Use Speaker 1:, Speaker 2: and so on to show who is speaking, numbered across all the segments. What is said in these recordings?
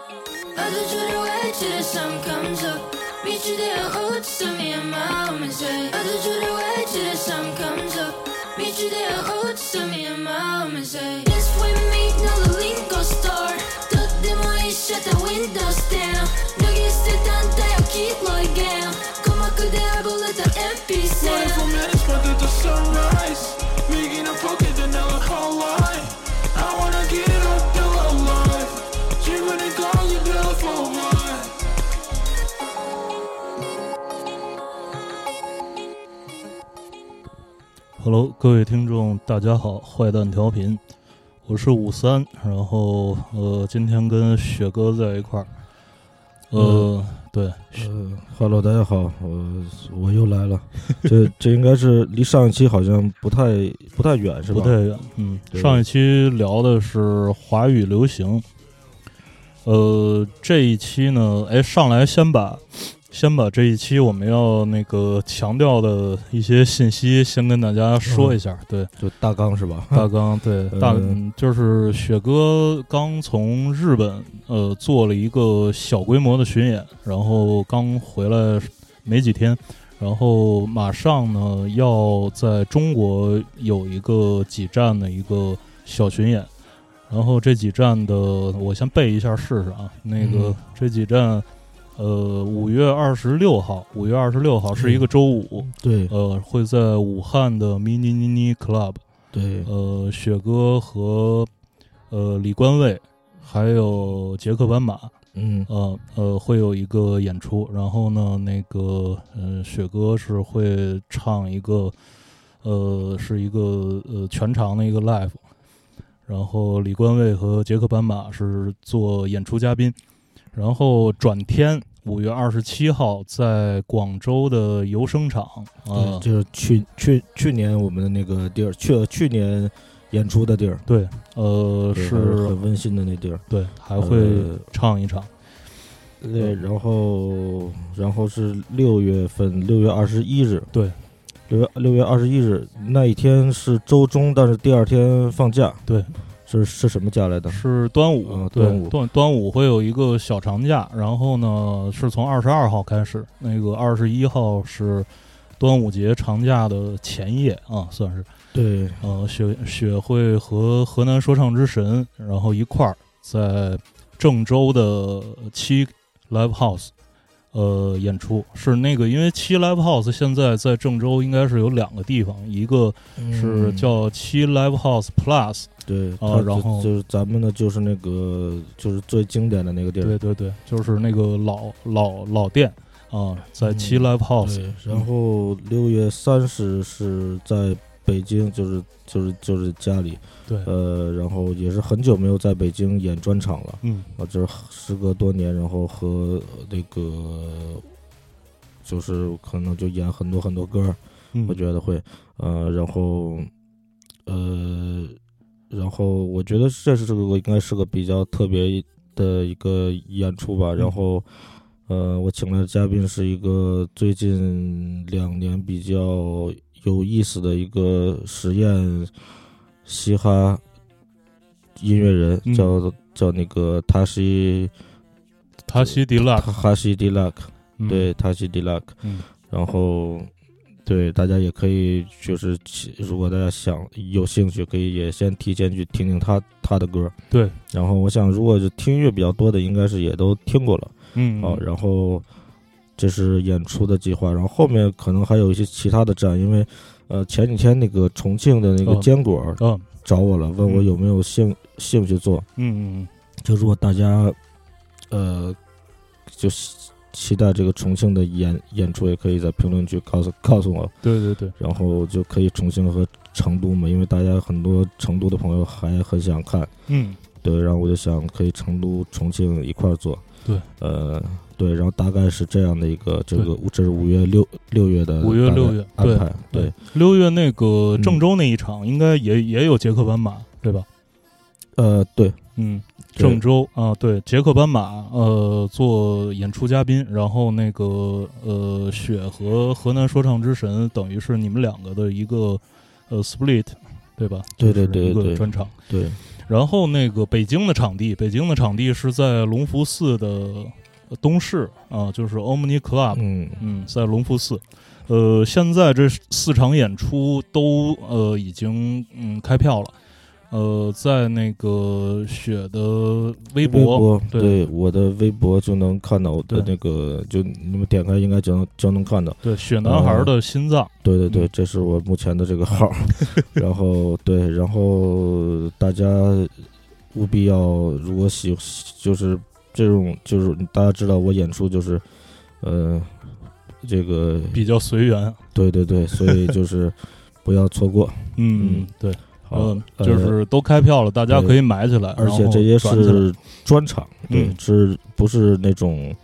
Speaker 1: I just shouldn't wait till the sun comes up. Meet you there at Oats, and me and my homie say. I just shouldn't wait till the sun comes up. Meet you there at Oats, and me and my homie say. Dance with me, now the lingo star. Tot de moi shut the windows down. No use to dance, I'll keep like down. Come on, could I bullet the MP
Speaker 2: Flying
Speaker 1: sound?
Speaker 2: from Lisbon to the sunrise. Making a pocket and now a whole line. I wanna get it up till I'm alive. She wouldn't call you telephone line.
Speaker 3: 哈喽，各位听众，大家好，坏蛋调频，我是五三，然后呃，今天跟雪哥在一块儿，呃，对，
Speaker 4: 呃哈喽，大家好，我我又 来了。这这应该是离上一期好像不太不太远是吧？
Speaker 3: 不太远，嗯，
Speaker 4: 对
Speaker 3: 上一期聊的是华语流行，呃，这一期呢，哎，上来先把先把这一期我们要那个强调的一些信息先跟大家说一下，对，
Speaker 4: 就大纲是 吧？
Speaker 3: 大纲对
Speaker 4: 呃
Speaker 3: 大、嗯就是雪哥刚从日本呃做了一个小规模的巡演，然后刚回来没几天，然后马上呢要在中国有一个几站的一个小巡演，然后这几站的我先背一下试试啊，那个、
Speaker 4: 嗯
Speaker 3: 这几站。呃，五月二十六号，五月二十六号是一个周五，
Speaker 4: 对
Speaker 3: 呃，会在武汉的 Mini Mini Club，
Speaker 4: 对，
Speaker 3: 呃，雪哥和呃李官卫，还有杰克斑马，
Speaker 4: 嗯
Speaker 3: 呃呃，会有一个演出。然后呢，那个呃，雪哥是会唱一个，呃，是一个呃全长的一个 live。然后李官卫和杰克斑马是做演出嘉宾。然后转天五月二十七号在广州的游声场啊
Speaker 4: 对，，就是去去去年我们的那个地儿，去去年演出的地儿，
Speaker 3: 对，呃，
Speaker 4: 对还
Speaker 3: 是
Speaker 4: 很温馨的那地儿。
Speaker 3: 对，还会
Speaker 4: 呃
Speaker 3: 唱一场。
Speaker 4: 对，呃然后然后是六月份，六月二十一日，
Speaker 3: 对，
Speaker 4: 六月六月二十一日那一天是周中，但是第二天放假，
Speaker 3: 对，
Speaker 4: 是是什么假来的？
Speaker 3: 是端午，
Speaker 4: 嗯
Speaker 3: 对
Speaker 4: 端午
Speaker 3: 端端午会有一个小长假，然后呢是从二十二号开始，那个二十一号是端午节长假的前夜啊，算是
Speaker 4: 对，
Speaker 3: 呃雪雪会和河南说唱之神，然后一块儿在郑州的七 Live House。呃，演出是那个，因为七 Live House 现在在郑州应该是有两个地方，一个是
Speaker 4: 嗯
Speaker 3: 叫七 Live House Plus，
Speaker 4: 对，
Speaker 3: 啊
Speaker 4: 它
Speaker 3: 然
Speaker 4: 就
Speaker 3: 后
Speaker 4: 就是咱们的就是那个就是最经典的那个地儿，
Speaker 3: 对对对，就是那个老老老店啊，在
Speaker 4: 嗯
Speaker 3: 七 Live House，、
Speaker 4: 对然后六月三十是在北京，就是就是就是家里，
Speaker 3: 对，
Speaker 4: 呃，然后也是很久没有在北京演专场了，
Speaker 3: 嗯，
Speaker 4: 啊，这是时隔多年，然后和那个就是可能就演很多很多歌儿，
Speaker 3: 嗯
Speaker 4: 我觉得会，呃，然后，呃，然后我觉得这是这个应该是个比较特别的一个演出吧。
Speaker 3: 嗯
Speaker 4: 然后，呃，我请来的嘉宾是一个最近两年比较有意思的一个实验嘻哈音乐人，
Speaker 3: 嗯
Speaker 4: 叫叫那个塔西
Speaker 3: 塔西迪拉，
Speaker 4: 哈西迪拉克。
Speaker 3: 嗯，
Speaker 4: 对，塔西迪拉克，
Speaker 3: 嗯
Speaker 4: 然后对大家也可以就是起，如果大家想有兴趣，可以也先提前去听听他他的歌。
Speaker 3: 对，
Speaker 4: 然后我想，如果是听音乐比较多的，应该是也都听过了。
Speaker 3: 嗯，
Speaker 4: 好，哦然后这是演出的计划，然后后面可能还有一些其他的站，因为呃前几天那个重庆的那个
Speaker 3: 哦
Speaker 4: 坚果
Speaker 3: 嗯
Speaker 4: 找我了，问我
Speaker 3: 嗯
Speaker 4: 有没有兴兴趣做。
Speaker 3: 嗯嗯
Speaker 4: 就如果大家，呃，就期期待这个重庆的演演出，也可以在评论区告诉告诉我，
Speaker 3: 嗯，对对对，
Speaker 4: 然后就可以重庆和成都嘛，因为大家很多成都的朋友还很想看，
Speaker 3: 嗯
Speaker 4: 对，然后我就想可以成都、重庆一块儿做，
Speaker 3: 对，
Speaker 4: 呃，对，然后大概是这样的一个这
Speaker 3: 对
Speaker 4: 个，这是五月六六月的
Speaker 3: 五月
Speaker 4: 大概
Speaker 3: 六月对
Speaker 4: 安排，对，
Speaker 3: 六月那个
Speaker 4: 嗯
Speaker 3: 郑州那一场应该也也有捷克斑马对吧？
Speaker 4: 呃，对，
Speaker 3: 嗯，
Speaker 4: 对
Speaker 3: 郑州啊，对，捷克斑马，呃，做演出嘉宾，然后那个呃，雪和河南说唱之神，等于是你们两个的一个呃 split，对吧？
Speaker 4: 对对
Speaker 3: 就是一
Speaker 4: 对
Speaker 3: 个
Speaker 4: 对
Speaker 3: 专场。
Speaker 4: 对，
Speaker 3: 然后那个北京的场地，北京的场地是在隆福寺的呃东市啊，就是 Omni Club，
Speaker 4: 嗯
Speaker 3: 嗯，在隆福寺。呃，现在这四场演出都呃已经嗯开票了，呃，在那个雪的微博，对
Speaker 4: 对我的微博就能看到我的
Speaker 3: 对
Speaker 4: 那个，就你们点开应该就能就能看到。
Speaker 3: 对雪男孩的心脏，
Speaker 4: 对对对
Speaker 3: 嗯，
Speaker 4: 这是我目前的这个 号儿，然后对，然后大家务必要，如果喜就是这种就是大家知道我演出就是，呃，这个
Speaker 3: 比较随缘，
Speaker 4: 对对 对，所以就是不要错过。
Speaker 3: 嗯，
Speaker 4: 嗯
Speaker 3: 对，
Speaker 4: 好，
Speaker 3: 嗯，
Speaker 4: 呃
Speaker 3: 就是都开票了，大家可以买起来，
Speaker 4: 而且
Speaker 3: 然后
Speaker 4: 这些
Speaker 3: 转起来
Speaker 4: 是专场，对
Speaker 3: 嗯，
Speaker 4: 是不是那种，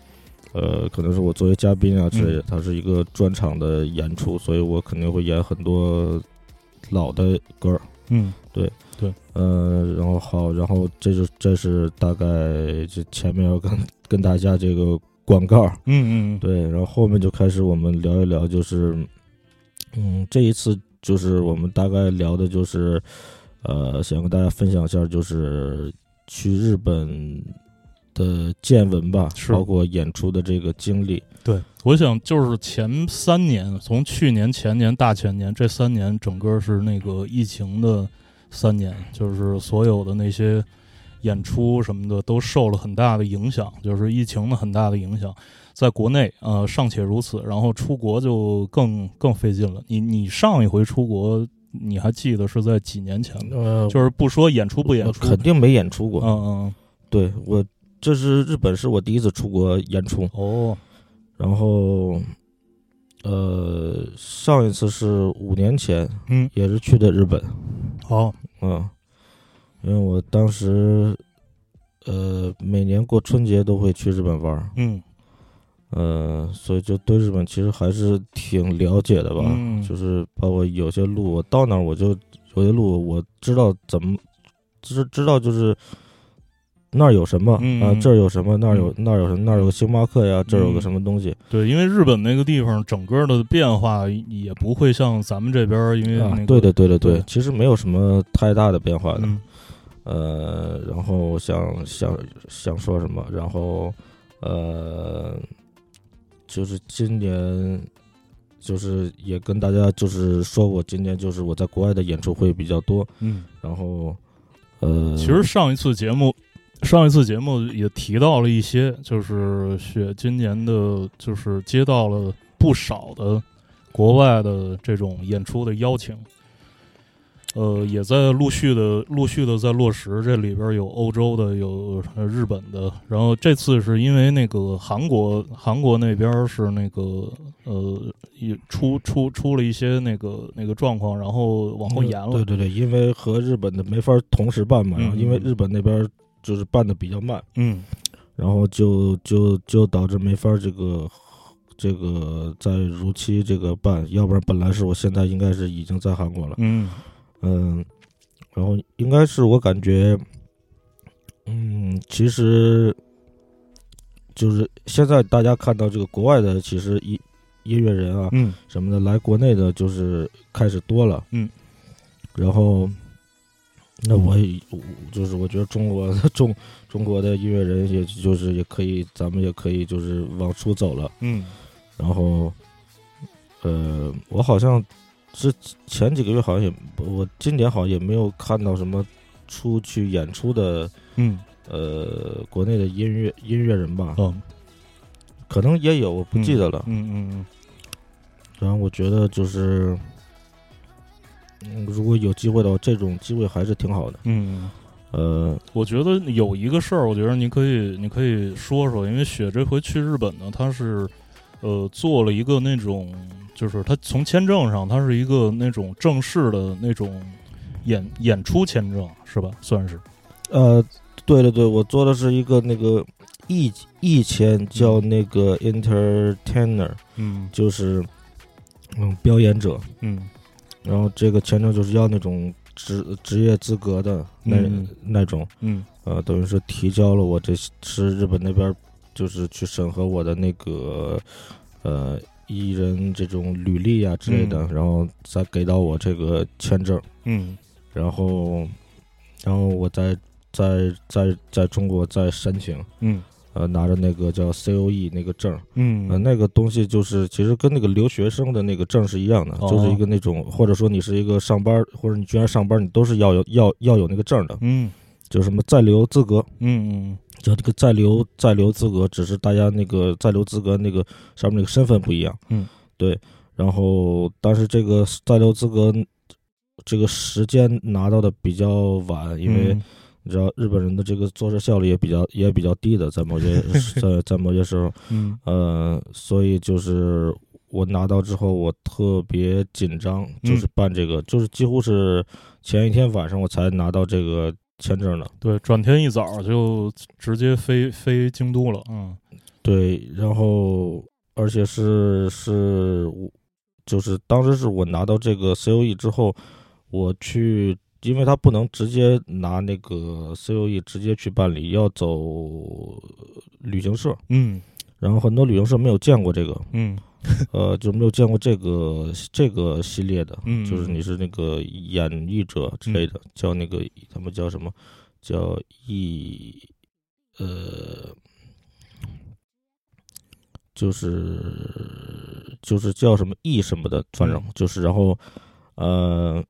Speaker 4: 呃，可能是我作为嘉宾啊之类的，
Speaker 3: 嗯
Speaker 4: 它是一个专场的演出，所以我肯定会演很多老的歌儿，
Speaker 3: 嗯
Speaker 4: 呃，然后好，然后这是这是大概这前面要跟跟大家这个广告儿，
Speaker 3: 嗯嗯，嗯，
Speaker 4: 对，然后后面就开始我们聊一聊，就是，嗯，这一次就是我们大概聊的就是，呃，想跟大家分享一下，就是去日本的见闻吧，
Speaker 3: 是
Speaker 4: 包括演出的这个经历。
Speaker 3: 对，我想就是前三年，从去年、前年、大前年这三年，整个是那个疫情的三年，就是所有的那些演出什么的都受了很大的影响，就是疫情的很大的影响。在国内，呃，尚且如此，然后出国就更更费劲了。你你上一回出国，你还记得是在几年前吗？
Speaker 4: 呃
Speaker 3: 就是不说演出不演出，
Speaker 4: 肯定没演出过。
Speaker 3: 嗯嗯，
Speaker 4: 对我，这是日本，是我第一次出国演出。
Speaker 3: 哦，
Speaker 4: 然后，呃，上一次是五年前，
Speaker 3: 嗯，
Speaker 4: 也是去的日本。
Speaker 3: 好，
Speaker 4: 嗯，因为我当时，呃，每年过春节都会去日本玩儿，
Speaker 3: 嗯
Speaker 4: 呃，所以就对日本其实还是挺了解的吧。
Speaker 3: 嗯
Speaker 4: 就是包括有些路，我到那儿我就有些路我知道怎么知知道就是那儿有什么啊、
Speaker 3: 嗯
Speaker 4: 这儿有什么，那儿有那儿有什么，那儿有个星巴克呀，这儿有个
Speaker 3: 嗯
Speaker 4: 什么东西。
Speaker 3: 对，因为日本那个地方整个的变化也不会像咱们这边儿，因为那
Speaker 4: 啊
Speaker 3: 个、，
Speaker 4: 对的，对的，对
Speaker 3: 对
Speaker 4: 的，其实没有什么太大的变化的。
Speaker 3: 嗯
Speaker 4: 呃，然后想想想说什么，然后呃，就是今年，就是也跟大家就是说我今年就是我在国外的演出会比较多，
Speaker 3: 嗯。
Speaker 4: 然后呃，
Speaker 3: 其实上一次节目，上一次节目也提到了一些，就是雪今年的，就是接到了不少的国外的这种演出的邀请。呃，也在陆续的、陆续的在落实。这里边儿有欧洲的，有呃日本的，然后这次是因为那个韩国，韩国那边儿是那个呃，也出出出了一些那个那个状况，然后往后延了。
Speaker 4: 对对对，因为和日本的没法同时办嘛，
Speaker 3: 嗯
Speaker 4: 然后因为
Speaker 3: 嗯
Speaker 4: 日本那边就是办的比较慢，
Speaker 3: 嗯
Speaker 4: 然后就就就导致没法这个这个在如期这个办，要不然本来是我现在应该是已经在韩国了，
Speaker 3: 嗯
Speaker 4: 嗯，然后应该是我感觉，嗯，其实就是现在大家看到这个国外的，其实音音乐人啊
Speaker 3: 嗯
Speaker 4: 什么的来国内的，就是开始多了，
Speaker 3: 嗯，
Speaker 4: 然后。那我也我就是我觉得中国中中国的音乐人，也就是也可以，咱们也可以就是往出走了。
Speaker 3: 嗯
Speaker 4: 然后，呃，我好像是前几个月好像也，我今年好像也没有看到什么出去演出的，
Speaker 3: 嗯
Speaker 4: 呃，国内的音乐音乐人吧，
Speaker 3: 哦
Speaker 4: 可能也有，我不记得了。
Speaker 3: 嗯嗯嗯
Speaker 4: 然后我觉得就是，嗯，如果有机会的话，这种机会还是挺好的。
Speaker 3: 嗯，
Speaker 4: 呃，
Speaker 3: 我觉得有一个事儿，我觉得你可以你可以说说，因为雪这回去日本呢，他是呃做了一个那种，就是他从签证上，他是一个那种正式的那种演演出签证，是吧？算是
Speaker 4: 呃，对对对，我做的是一个那个译译签，叫那个 entertainer，
Speaker 3: 嗯
Speaker 4: 就是嗯表演者。
Speaker 3: 嗯
Speaker 4: 然后这个签证就是要那种职职业资格的那、
Speaker 3: 嗯
Speaker 4: 那种，
Speaker 3: 嗯
Speaker 4: 呃，等于是提交了我这是日本那边就是去审核我的那个呃艺人这种履历啊之
Speaker 5: 嗯
Speaker 4: 类的，然后再给到我这个签证，
Speaker 3: 嗯
Speaker 4: 然后然后我在在在在中国再申请，
Speaker 5: 嗯
Speaker 4: 呃，拿着那个叫 COE 那个证儿，
Speaker 3: 啊
Speaker 4: 呃，
Speaker 5: 嗯
Speaker 4: 那个东西就是其实跟那个留学生的那个证是一样的，
Speaker 5: 哦
Speaker 4: 就是一个那种或者说你是一个上班儿或者你居然上班儿，你都是要有要要有那个证儿的，
Speaker 5: 嗯
Speaker 4: 就是什么在留资格，
Speaker 5: 嗯嗯
Speaker 4: 就这个在留在留资格，只是大家那个在留资格那个上面那个身份不一样。
Speaker 5: 嗯，
Speaker 4: 对。然后，但是这个在留资格这个时间拿到的比较晚，因为
Speaker 5: 嗯
Speaker 4: 你知道日本人的这个做事效率也比较也比较低的，在 某些在在某些时候，
Speaker 5: 嗯
Speaker 4: 呃，所以就是我拿到之后，我特别紧张，
Speaker 5: 嗯
Speaker 4: 就是办这个，就是几乎是前一天晚上我才拿到这个签证的。
Speaker 5: 对，转天一早就直接飞飞京都了，嗯
Speaker 4: 对，然后而且是是我，就是当时是我拿到这个 COE 之后，我去，因为他不能直接拿那个 COE 直接去办理，要走旅行社，
Speaker 5: 嗯
Speaker 4: 然后很多旅行社没有见过这个，
Speaker 5: 嗯
Speaker 4: 呃，就没有见过这个这个系列的，
Speaker 5: 嗯
Speaker 4: 就是你是那个演绎者之类的，叫那个他们叫什么，叫艺，呃，就是就是叫什么艺什么的，反正
Speaker 5: 嗯
Speaker 4: 就是然后呃，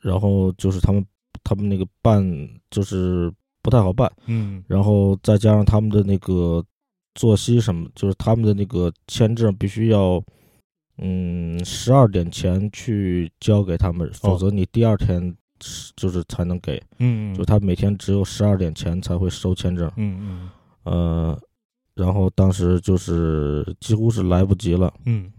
Speaker 4: 然后就是他们他们那个办就是不太好办，
Speaker 5: 嗯
Speaker 4: 然后再加上他们的那个作息什么，就是他们的那个签证必须要，嗯，十二点前去交给他们，
Speaker 5: 哦
Speaker 4: 否则你第二天是就是才能给，
Speaker 5: 嗯，
Speaker 4: 就他每天只有十二点前才会收签证，
Speaker 5: 嗯嗯
Speaker 4: 呃，然后当时就是几乎是来不及了，
Speaker 5: 嗯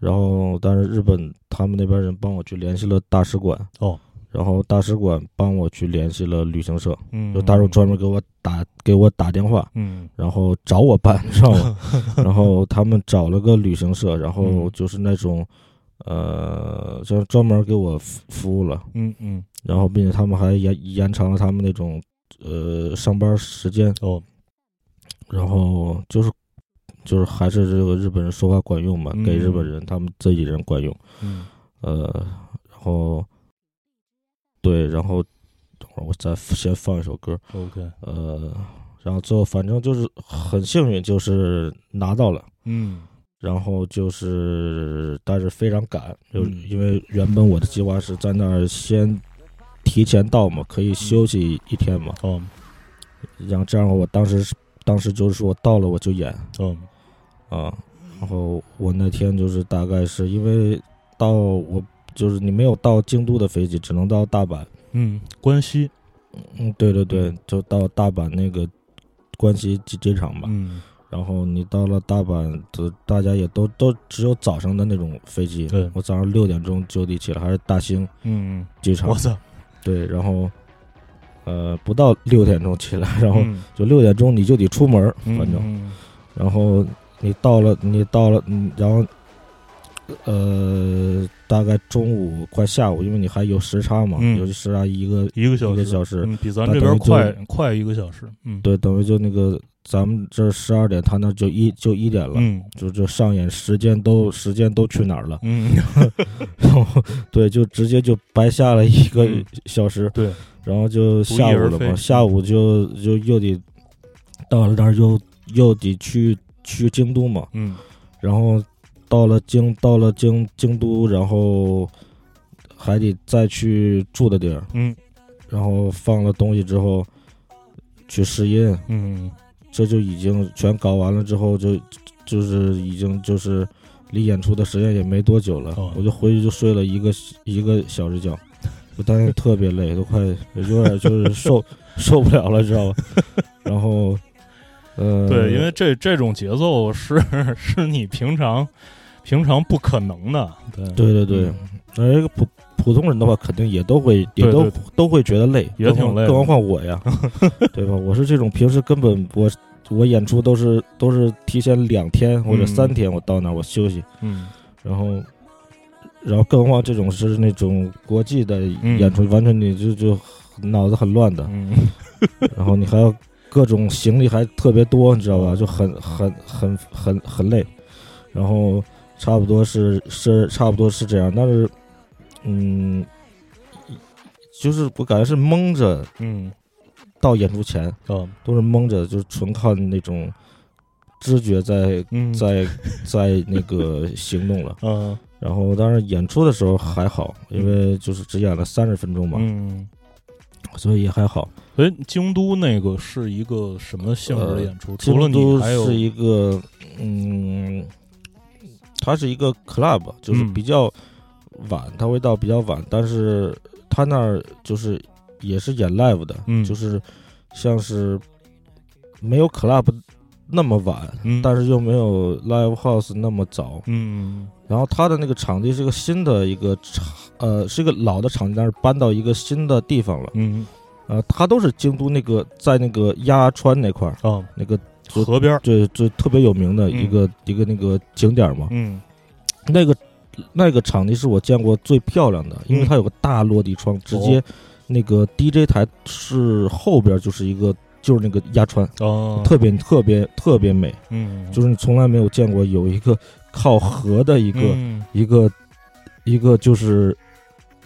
Speaker 4: 然后但是日本他们那边人帮我去联系了大使馆，
Speaker 5: 哦，
Speaker 4: 然后大使馆帮我去联系了旅行社，
Speaker 5: 嗯，
Speaker 4: 就大使专门给我打给我打电话，
Speaker 5: 嗯
Speaker 4: 然后找我办，你知道 吗？然后他们找了个旅行社，然
Speaker 5: 嗯
Speaker 4: 后就是那种，呃，就是专门给我服服务了。
Speaker 5: 嗯嗯
Speaker 4: 然后，并且他们还延延长了他们那种呃上班时间。
Speaker 5: 哦
Speaker 4: 然后就是就是还是这个日本人说话管用嘛，
Speaker 5: 嗯
Speaker 4: 给日本人他们自己人管用。
Speaker 5: 嗯
Speaker 4: 呃，然后对，然后等会儿我再先放一首歌。
Speaker 5: OK
Speaker 4: 呃，然后最后反正就是很幸运，就是拿到了。
Speaker 5: 嗯
Speaker 4: 然后就是，但是非常赶，就是
Speaker 5: 嗯
Speaker 4: 因为原本我的计划是在那儿先提前到嘛，可以休息一天嘛。
Speaker 5: 哦
Speaker 4: 然后这样的话，我当时是当时就是说我到了我就演
Speaker 5: 哦
Speaker 4: 啊。然后我那天就是大概是因为到我就是你没有到京都的飞机，只能到大阪。
Speaker 5: 嗯，关西
Speaker 4: 嗯，对对对，就到大阪那个关西机机场吧。
Speaker 5: 嗯
Speaker 4: 然后你到了大阪，都大家也都都只有早上的那种飞机。
Speaker 5: 对
Speaker 4: 我早上六点钟就地起来，还是大兴
Speaker 5: 嗯，
Speaker 4: 机场
Speaker 5: 我。操，
Speaker 4: 对，然后呃不到六点钟起来，然后
Speaker 5: 嗯
Speaker 4: 就六点钟你就得出门儿，
Speaker 5: 嗯
Speaker 4: 反正。
Speaker 5: 嗯
Speaker 4: 然后你到了，你到了，嗯然后呃大概中午快下午，因为你还有时差嘛，
Speaker 5: 嗯
Speaker 4: 有时差一个
Speaker 5: 一个小时
Speaker 4: 一个小时。
Speaker 5: 嗯，比咱
Speaker 4: 那
Speaker 5: 这
Speaker 4: 等
Speaker 5: 边
Speaker 4: 于就
Speaker 5: 快快一个小时，嗯，
Speaker 4: 对，等于就那个咱们这十二点，他那就一就一点了。
Speaker 5: 嗯？
Speaker 4: 就就上演时间都时间都去哪儿了
Speaker 5: 嗯，
Speaker 4: 然后对，就直接就白下了一个
Speaker 5: 嗯
Speaker 4: 小时，
Speaker 5: 对，
Speaker 4: 然后就下午了
Speaker 5: 不翼而飞
Speaker 4: 嘛，下午就就又得到了那儿又又得去去京都嘛，
Speaker 5: 嗯
Speaker 4: 然后到了京到了京京都，然后还得再去住的地儿，
Speaker 5: 嗯
Speaker 4: 然后放了东西之后去试音，
Speaker 5: 嗯
Speaker 4: 这就已经全搞完了之后就，就是已经就是离演出的时间也没多久了，
Speaker 5: 哦
Speaker 4: 我就回去就睡了一个一个小时觉，我当时特别累，都快有点就是受 受不了了，知道吧？然后，呃，
Speaker 5: 对，因为这这种节奏是是你平常平常不可能的，对
Speaker 4: 对对对，
Speaker 5: 嗯
Speaker 4: 而一个普普通人的话，肯定也都会也
Speaker 5: 对
Speaker 4: 都
Speaker 5: 对对
Speaker 4: 都会觉得累，
Speaker 5: 也挺累的
Speaker 4: 更何况 我呀，对吧？我是这种平时根本我我演出都是都是提前两天或者
Speaker 5: 嗯
Speaker 4: 三天，我到那儿我休息。
Speaker 5: 嗯
Speaker 4: 然后，然后更何况这种是那种国际的演出，完全你就就脑子很乱的，
Speaker 5: 嗯
Speaker 4: 然后你还要各种行李还特别多，你知道
Speaker 5: 嗯
Speaker 4: 吧？就很很很很很累，然后差不多是是差不多是这样，但是，嗯，就是我感觉是蒙着
Speaker 5: 嗯
Speaker 4: 到演出前
Speaker 5: 啊
Speaker 4: 都是蒙着，就是纯靠那种知觉在
Speaker 5: 嗯
Speaker 4: 在在那个行动了。
Speaker 5: 嗯
Speaker 4: 然后当然演出的时候还好，因为就是只演了三十分钟嘛，
Speaker 5: 嗯。
Speaker 4: 所以也还好。
Speaker 5: 所以京都那个是一个什么性质的演出？
Speaker 4: 呃京
Speaker 5: 除了你
Speaker 4: 都
Speaker 5: 还有
Speaker 4: 是一个嗯，它是一个 club，就是
Speaker 5: 嗯
Speaker 4: 比较晚，它会到比较晚，但是它那儿就是也是演 live 的，
Speaker 5: 嗯
Speaker 4: 就是像是没有 club 那么晚，
Speaker 5: 嗯
Speaker 4: 但是又没有 live house 那么早。
Speaker 5: 嗯
Speaker 4: 然后它的那个场地是个新的一个场，呃，是一个老的场地，但是搬到一个新的地方了。
Speaker 5: 嗯
Speaker 4: 呃，它都是京都那个在那个鸭川那块儿
Speaker 5: 啊，
Speaker 4: 那个就
Speaker 5: 河边儿
Speaker 4: 最最特别有名的一个、一个那个景点嘛。
Speaker 5: 嗯
Speaker 4: 那个那个场地是我见过最漂亮的，因
Speaker 5: 嗯
Speaker 4: 为
Speaker 5: 哦
Speaker 4: 它有个大落地窗，直接那个 DJ 台是后边就是一个就是那个鸭川，
Speaker 5: 啊，
Speaker 4: 特别特别特别美，
Speaker 5: 嗯
Speaker 4: 就是你从来没有见过有一个靠河的一
Speaker 5: 一
Speaker 4: 个、
Speaker 5: 嗯
Speaker 4: 一个一个就是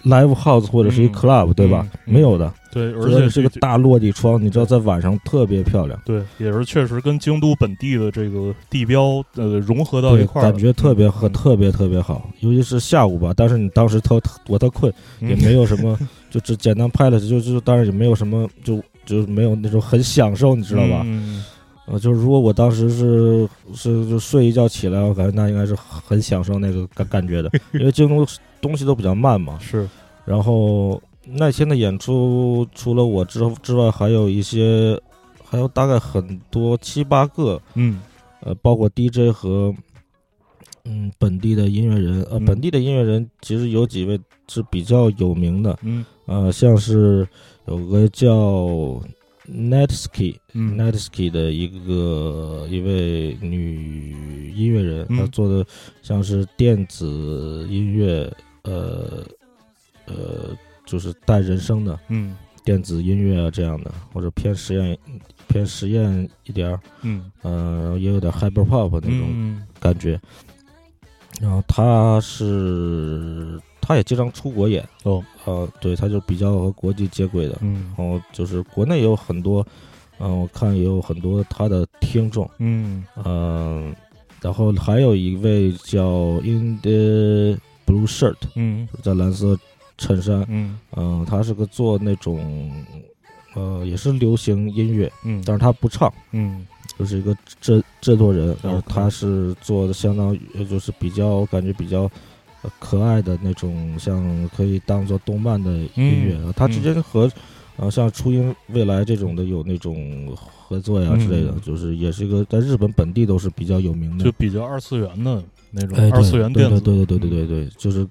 Speaker 4: live house 或者是一
Speaker 5: 嗯
Speaker 4: club、对吧？
Speaker 5: 嗯
Speaker 4: 没有的，
Speaker 5: 对，而
Speaker 4: 主要
Speaker 5: 且
Speaker 4: 是个
Speaker 5: 这
Speaker 4: 大落地窗，你知道在晚上特别漂亮。
Speaker 5: 对，也是确实跟京都本地的这个地标呃融合到一
Speaker 4: 对
Speaker 5: 块儿了，
Speaker 4: 感觉特别和
Speaker 5: 嗯
Speaker 4: 特别特别好，尤其是下午吧。但是你当时特特我特困，
Speaker 5: 嗯
Speaker 4: 也没有什么，就只简单拍了，就就当然也没有什么，就就没有那种很享受，你知道吧？
Speaker 5: 嗯
Speaker 4: 呃，就是如果我当时是是就睡一觉起来，我感觉那应该是很享受那个感感觉的，因为京都东西都比较慢嘛。
Speaker 5: 嗯是
Speaker 4: 然后那天的演出，除了我之之外，还有一些，还有大概很多七八个
Speaker 5: 嗯
Speaker 4: 呃，包括 DJ 和嗯本地的音乐人，呃，
Speaker 5: 嗯
Speaker 4: 本地的音乐人其实有几位是比较有名的，
Speaker 5: 嗯
Speaker 4: 呃，像是有个叫 Netsky、
Speaker 5: 嗯
Speaker 4: Netsky 的一个一位女音乐人，
Speaker 5: 嗯
Speaker 4: 她做的像是电子音乐，呃呃，就是带人声的
Speaker 5: 嗯
Speaker 4: 电子音乐啊这样的，或者偏实验偏实验一点儿。
Speaker 5: 嗯
Speaker 4: 呃，也有点 hyper pop 那种
Speaker 5: 嗯
Speaker 4: 感觉。然后他是，他也经常出国演，
Speaker 5: 哦
Speaker 4: 呃，对，他就比较和国际接轨的。
Speaker 5: 嗯
Speaker 4: 然后就是国内也有很多，嗯、我看也有很多他的听众，
Speaker 5: 嗯
Speaker 4: 嗯、然后还有一位叫 In the Blue Shirt，
Speaker 5: 嗯
Speaker 4: 在蓝色衬衫，
Speaker 5: 嗯
Speaker 4: 嗯、他是个做那种，呃，也是流行音乐，
Speaker 5: 嗯
Speaker 4: 但是他不唱。
Speaker 5: 嗯
Speaker 4: 就是一个制制作人，然后
Speaker 5: OK
Speaker 4: 他是做的相当于呃就是比较感觉比较呃可爱的那种，像可以当做动漫的音乐。
Speaker 5: 嗯
Speaker 4: 然后他之前和呃像初音未来这种的有那种合作呀
Speaker 5: 嗯
Speaker 4: 之类的，就是也是一个在日本本地都是比较有名的
Speaker 5: 就。比较二次元的那种
Speaker 4: 哎，对
Speaker 5: 二次元电子，嗯
Speaker 4: 对对对对对对对，就是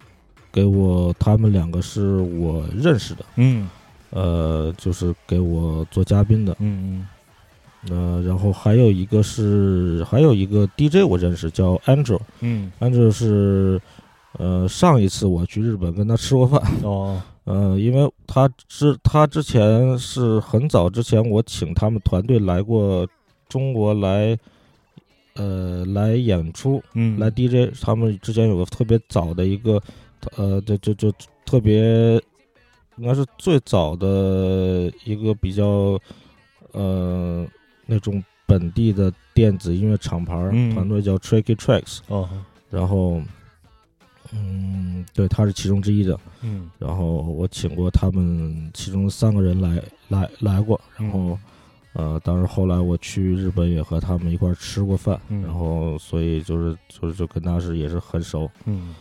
Speaker 4: 给我他们两个是我认识的，
Speaker 5: 嗯
Speaker 4: 呃，就是给我做嘉宾的。
Speaker 5: 嗯嗯
Speaker 4: 呃，然后还有一个是还有一个 DJ 我认识叫 Andrew，Andrew
Speaker 5: 嗯
Speaker 4: 是呃上一次我去日本跟他吃过饭，
Speaker 5: 哦
Speaker 4: 呃，因为他之他之前是很早之前我请他们团队来过中国来。呃，来演出，
Speaker 5: 嗯
Speaker 4: 来 DJ，他们之前有个特别早的一个，呃，对，就就特别，应该是最早的一个比较，呃，那种本地的电子音乐厂牌儿、
Speaker 5: 嗯
Speaker 4: 团队叫 Tricky Tracks，
Speaker 5: 哦
Speaker 4: 然后，嗯，对，他是其中之一的。
Speaker 5: 嗯
Speaker 4: 然后我请过他们其中三个人来来来过，
Speaker 5: 嗯
Speaker 4: 然后呃，当然后来我去日本也和他们一块儿吃过饭，
Speaker 5: 嗯
Speaker 4: 然后所以就是就是就跟他是也是很熟，
Speaker 5: 嗯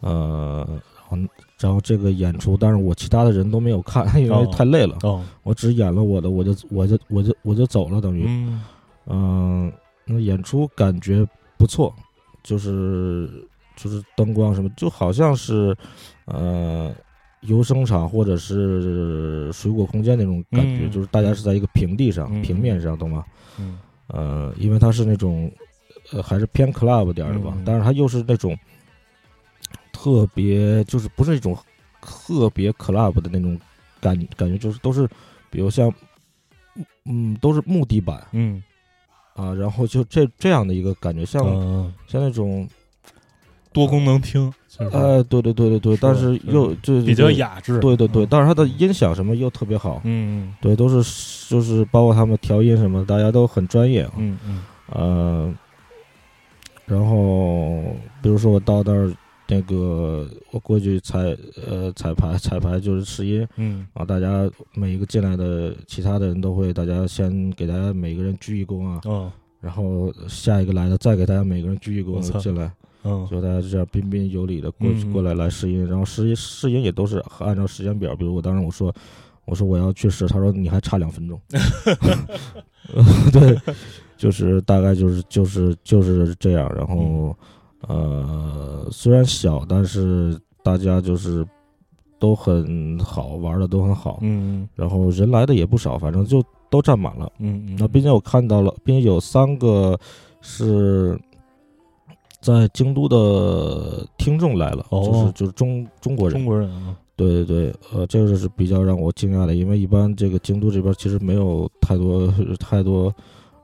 Speaker 4: 呃，然后然后这个演出，但是我其他的人都没有看，因为
Speaker 5: 哦
Speaker 4: 太累了，
Speaker 5: 哦
Speaker 4: 我只演了我的，我就我就我就我就走了，等于
Speaker 5: 嗯
Speaker 4: 嗯、那演出感觉不错，就是就是灯光什么，就好像是呃游声场或者是水果空间那种感觉，
Speaker 5: 嗯
Speaker 4: 就是大家是在一个平地上、
Speaker 5: 嗯
Speaker 4: 平面上，懂吗？
Speaker 5: 嗯
Speaker 4: 呃，因为它是那种呃还是偏 club 点儿的吧，
Speaker 5: 嗯
Speaker 4: 但是它又是那种特别，就是不是一种特别 club 的那种感感觉，就是都是比如像嗯都是木地板。
Speaker 5: 嗯
Speaker 3: 嗯
Speaker 4: 啊，然后就这这样的一个感觉，像、
Speaker 5: 嗯
Speaker 4: 像那种
Speaker 3: 多功能厅，就是
Speaker 4: 哎，对对对对对，
Speaker 3: 嗯是
Speaker 4: 但是又就
Speaker 3: 比较，雅致。
Speaker 4: 对对对对，
Speaker 3: 嗯
Speaker 4: 但是它的音响什么又特别好，
Speaker 3: 嗯
Speaker 4: 对，都是就是包括他们调音什么，大家都很专业啊，
Speaker 3: 嗯嗯
Speaker 4: 呃，然后比如说我到那儿，那个我过去彩呃彩排彩排就是试音，
Speaker 3: 嗯
Speaker 4: 啊，大家每一个进来的其他的人都会，大家先给大家每个人鞠一躬啊，
Speaker 3: 嗯哦
Speaker 4: 然后下一个来的再给大家每个人鞠一
Speaker 3: 我操
Speaker 4: 躬进来，
Speaker 3: 嗯
Speaker 4: 就大家这样彬彬有礼的过去
Speaker 3: 嗯
Speaker 4: 过来来试音，然后试音试音也都是按照时间表，比如我当时我说我说我要去试，他说你还差两 分钟， 对，就是大概就是就是就是这样，然后
Speaker 3: 嗯
Speaker 4: 呃虽然小，但是大家就是都很好玩的都很好，
Speaker 3: 嗯
Speaker 4: 然后人来的也不少，反正就都站满了。
Speaker 3: 嗯，
Speaker 4: 那并且我看到了，并且有三个是在京都的听众来了，
Speaker 3: 哦
Speaker 4: 就是就是中中国
Speaker 3: 中
Speaker 4: 人。
Speaker 3: 国人啊，
Speaker 4: 对对对，呃，这个是比较让我惊讶的，因为一般这个京都这边其实没有太多太多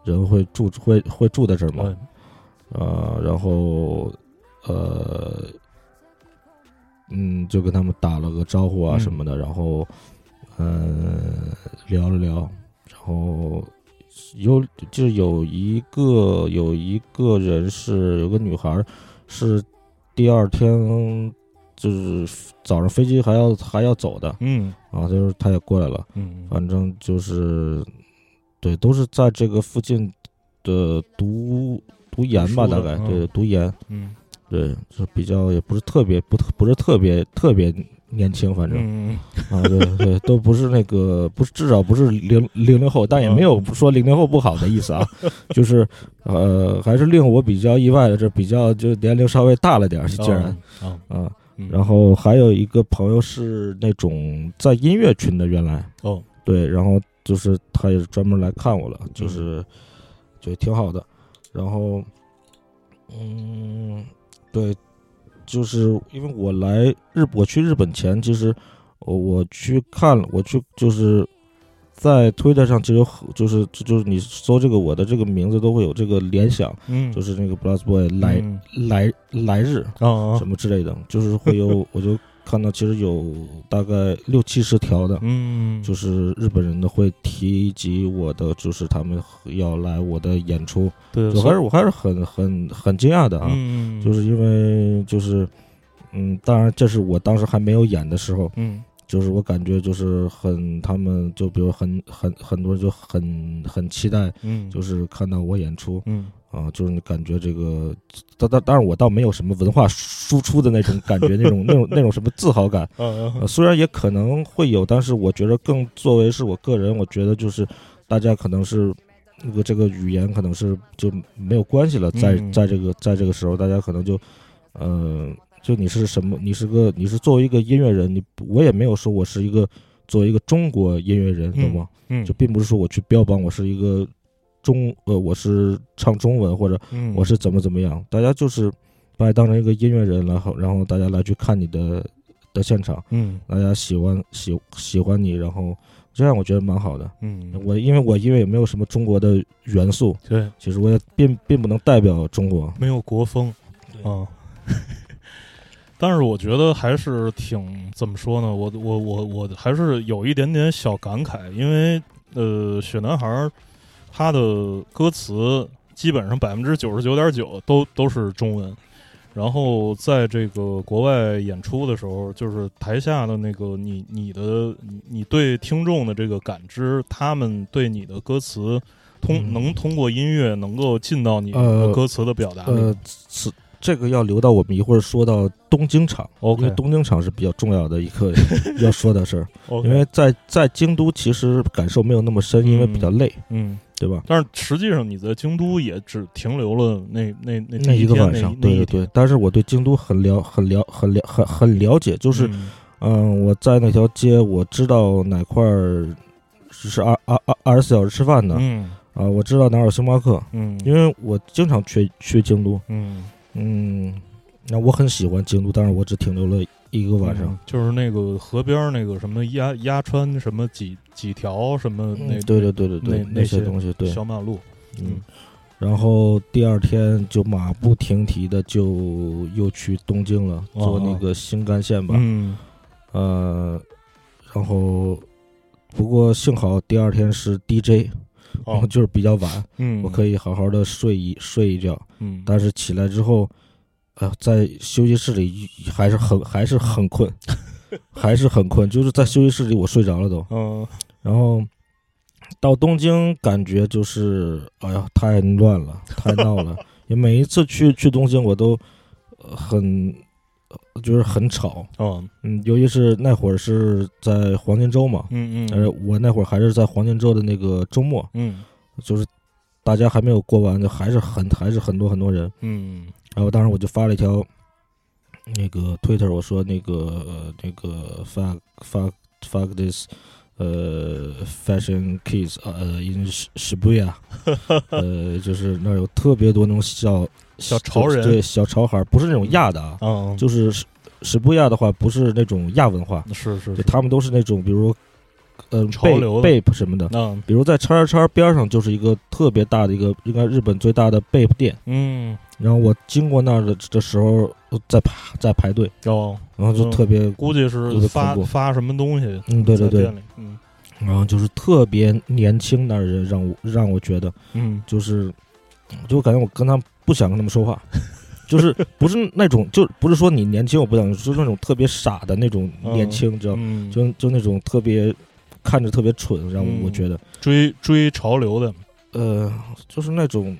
Speaker 4: 人会住会会住在这儿嘛。
Speaker 3: 哎
Speaker 4: 呃，然后呃，嗯，就跟他们打了个招呼啊
Speaker 3: 嗯
Speaker 4: 什么的，然后嗯、呃聊了聊，然后有就是有一个有一个人是有个女孩儿是第二天就是早上飞机还要还要走的
Speaker 3: 嗯
Speaker 4: 啊，就是她也过来了。
Speaker 3: 嗯
Speaker 4: 反正就是，对，都是在这个附近的读读研吧，
Speaker 3: 读书
Speaker 4: 大
Speaker 3: 的
Speaker 4: 概
Speaker 3: 嗯
Speaker 4: 对读研，
Speaker 3: 嗯
Speaker 4: 对，是比较也不是特别不特不是特别特别年轻，反正
Speaker 3: 嗯
Speaker 4: 啊，对对，都不是那个不是至少不是零零零后，但
Speaker 3: 嗯
Speaker 4: 也没有说零零后不好的意思 啊，就是呃，还是令我比较意外的，这比较就年龄稍微大了点儿，竟然
Speaker 3: 啊，
Speaker 4: 啊，
Speaker 3: 嗯
Speaker 4: 然后还有一个朋友是那种在音乐群的，原来。
Speaker 3: 哦
Speaker 4: 对，然后就是他也是专门来看我了，
Speaker 3: 嗯
Speaker 4: 就是、就挺好的。然后，嗯，对，就是因为我来日，我去日本前，其实我我去看，了，我去就是在推特上，其实有很就是就就是你搜这个我的这个名字都会有这个联想，
Speaker 3: 嗯
Speaker 4: 就是那个 Plus Boy 来、
Speaker 3: 嗯
Speaker 4: 来来日
Speaker 3: 啊啊
Speaker 4: 什么之类的，就是会有我就看到其实有大概六七十条的，
Speaker 3: 嗯
Speaker 4: 就是日本人的会提及我的，就是他们要来我的演出，
Speaker 3: 对，
Speaker 4: 我还是我还是很很很惊讶的啊，
Speaker 3: 嗯
Speaker 4: 就是因为就是嗯，当然这是我当时还没有演的时候，
Speaker 3: 嗯
Speaker 4: 就是我感觉就是很他们就比如很很很多人就很很期待，
Speaker 3: 嗯
Speaker 4: 就是看到我演出
Speaker 3: 嗯
Speaker 4: 啊，就是你感觉这个，当当当然我倒没有什么文化输出的那种感觉，那种那种那种什么自豪感。
Speaker 3: 啊
Speaker 4: 呃，虽然也可能会有，但是我觉得更作为是我个人，我觉得就是大家可能是那个这个语言可能是就没有关系了，在
Speaker 3: 嗯
Speaker 4: 在这个在这个时候，大家可能就呃，就你是什么，你是个你是作为一个音乐人，你我也没有说我是一个作为一个中国音乐人，懂吗？
Speaker 3: 嗯
Speaker 4: 就并不是说我去标榜我是一个中呃我是唱中文或者
Speaker 3: 嗯
Speaker 4: 我是怎么怎么样，大家就是把你当成一个音乐人，然后然后大家来去看你的的现场。
Speaker 3: 嗯
Speaker 4: 大家喜欢喜喜欢你，然后这样我觉得蛮好的。
Speaker 3: 嗯
Speaker 4: 我因为我因为也没有什么中国的元素，
Speaker 3: 对
Speaker 4: 其实我也并并不能代表中国。
Speaker 3: 没有国风啊。 但是我觉得还是挺怎么说呢？我我我我还是有一点点小感慨，因为呃，雪男孩儿他的歌词基本上百分之九十九点九都都是中文，然后在这个国外演出的时候，就是台下的那个你你的你你对听众的这个感知，他们对你的歌词通
Speaker 4: 嗯
Speaker 3: 能通过音乐能够进到你
Speaker 4: 呃
Speaker 3: 的歌词的表达里。
Speaker 4: 呃，此这个要留到我们一会儿说到东京场
Speaker 3: OK
Speaker 4: 因为东京场是比较重要的一 个要说的事儿。
Speaker 3: OK，
Speaker 4: 因为在在京都其实感受没有那么深，因为
Speaker 3: 嗯
Speaker 4: 比较累，
Speaker 3: 嗯，
Speaker 4: 对吧？
Speaker 3: 但是实际上你在京都也只停留了那那那
Speaker 4: 那
Speaker 3: 一
Speaker 4: 个
Speaker 3: 天
Speaker 4: 晚上，
Speaker 3: 那
Speaker 4: 对
Speaker 3: 一
Speaker 4: 对
Speaker 3: 那
Speaker 4: 对。但是我对京都很了很了很了很很了解，就
Speaker 3: 就是
Speaker 4: 嗯，我在那条街，我知道哪块儿是二二二二十四小时吃饭的啊、
Speaker 3: 嗯
Speaker 4: 我知道哪儿有星巴克，
Speaker 3: 嗯，
Speaker 4: 因为我经常去去京都。
Speaker 3: 嗯
Speaker 4: 嗯，那我很喜欢京都，但是我只停留了一个晚上。
Speaker 3: 嗯就是那个河边儿那个什么鸭鸭川什么几几条什么
Speaker 4: 嗯
Speaker 3: 那
Speaker 4: 对对对对对，
Speaker 3: 那
Speaker 4: 那
Speaker 3: 那
Speaker 4: 些
Speaker 3: 些
Speaker 4: 东西对，
Speaker 3: 小马路，
Speaker 4: 嗯
Speaker 3: 嗯。
Speaker 4: 然后第二天就马不停蹄的就又去东京了，
Speaker 5: 哦
Speaker 4: 坐那个新干线吧，
Speaker 5: 嗯
Speaker 4: 呃，然后不过幸好第二天是 DJ，、然
Speaker 3: 哦
Speaker 4: 后 就是比较晚，
Speaker 5: 嗯
Speaker 4: 我可
Speaker 5: 以，
Speaker 4: 以好好的睡一睡一觉。
Speaker 5: 嗯，
Speaker 4: 但是起来之后，呃，在休息室里还是很还是很困， 还是很困，就是在休息室里我睡着了都。
Speaker 3: 呃
Speaker 5: 嗯
Speaker 4: 然后到东京，感觉就是哎呀，太乱了，太闹了。也每一次去去东京，我都呃很呃就是很吵，
Speaker 5: 哦，
Speaker 4: 嗯，尤其是那会儿是在黄金周嘛，
Speaker 5: 嗯
Speaker 4: 呃，我那会儿还是在黄金周的那个周末，
Speaker 5: 嗯
Speaker 4: 就是大家还没有过完，就还是很还是很多很多人。
Speaker 5: 嗯
Speaker 4: 然后当时我就发了一条那个 Twitter，我说那个呃那个 fuck fuck fuck this 呃 fashion kids 呃 in Sh- Shibuya，呃就是那儿有特别多那种小
Speaker 5: 小潮人
Speaker 4: 对小潮孩儿，不是那种亚的啊，
Speaker 3: 哦
Speaker 5: 嗯，
Speaker 4: 就是史史布亚的话不是那种亚文化，
Speaker 5: 是是
Speaker 4: 对，他们都是那种比如嗯、
Speaker 5: 潮
Speaker 4: 贝
Speaker 5: 流的
Speaker 4: 贝什么的。
Speaker 5: 嗯
Speaker 4: 比如在叉叉叉边上就是一个特别大的一个，应该日本最大的贝店，
Speaker 5: 嗯，
Speaker 4: 然后我经过那儿的的时候，呃在排在排队，
Speaker 5: 哦，
Speaker 4: 然后就特别，
Speaker 5: 估计是
Speaker 4: 有点
Speaker 5: 发
Speaker 4: 恐怖
Speaker 5: 发什么东西，
Speaker 4: 嗯，对对对，，
Speaker 5: 嗯
Speaker 4: 然后就是特别年轻的人，让我让我觉得
Speaker 5: 嗯
Speaker 4: 就是，就感觉我跟他们不想跟他们说话， 就是不是那种，就不是说你年轻我不想，就是那种特别傻的那种
Speaker 5: 嗯
Speaker 4: 年轻，知道吗？
Speaker 5: 嗯，
Speaker 4: 就就那种特别看着特别蠢，让
Speaker 5: 嗯
Speaker 4: 我觉得，
Speaker 5: 追追潮流的，
Speaker 4: 呃，就是那种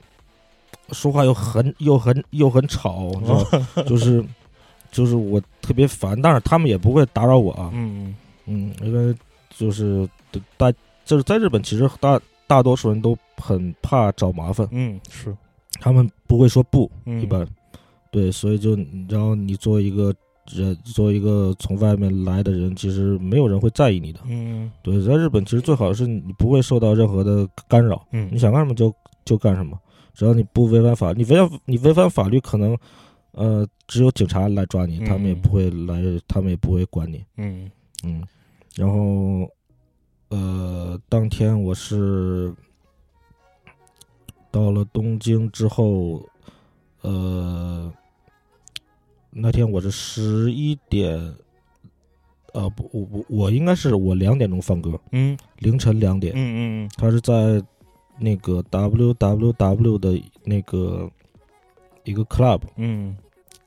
Speaker 4: 说话又很又很又很吵，你知道吗？就是就是我特别烦，但是他们也不会打扰我啊。
Speaker 5: 嗯
Speaker 4: 嗯，因为就是大就是在日本，其实大大多数人都很怕找麻烦，
Speaker 5: 嗯是，
Speaker 4: 他们不会说不，
Speaker 5: 嗯
Speaker 4: 一般。对，所以就你知道，你作为一个人，作为一个从外面来的人，其实没有人会在意你的。
Speaker 5: 嗯
Speaker 4: 对，在日本其实最好是你不会受到任何的干扰。
Speaker 5: 嗯，
Speaker 4: 你想干什么就就干什么，只要你不违反法，你违反你违反法律，可能呃只有警察来抓你，他们也
Speaker 5: 嗯
Speaker 4: 不会来，他们也不会管你，
Speaker 5: 嗯
Speaker 4: 嗯。然后呃，当天我是到了东京之后，呃，那天我是十一点，呃不，我我我应该是我两点钟放歌，
Speaker 5: 嗯
Speaker 4: 凌晨两点
Speaker 5: 嗯，嗯
Speaker 4: 他是在那个 WWW 的那个一个 club，
Speaker 5: 嗯，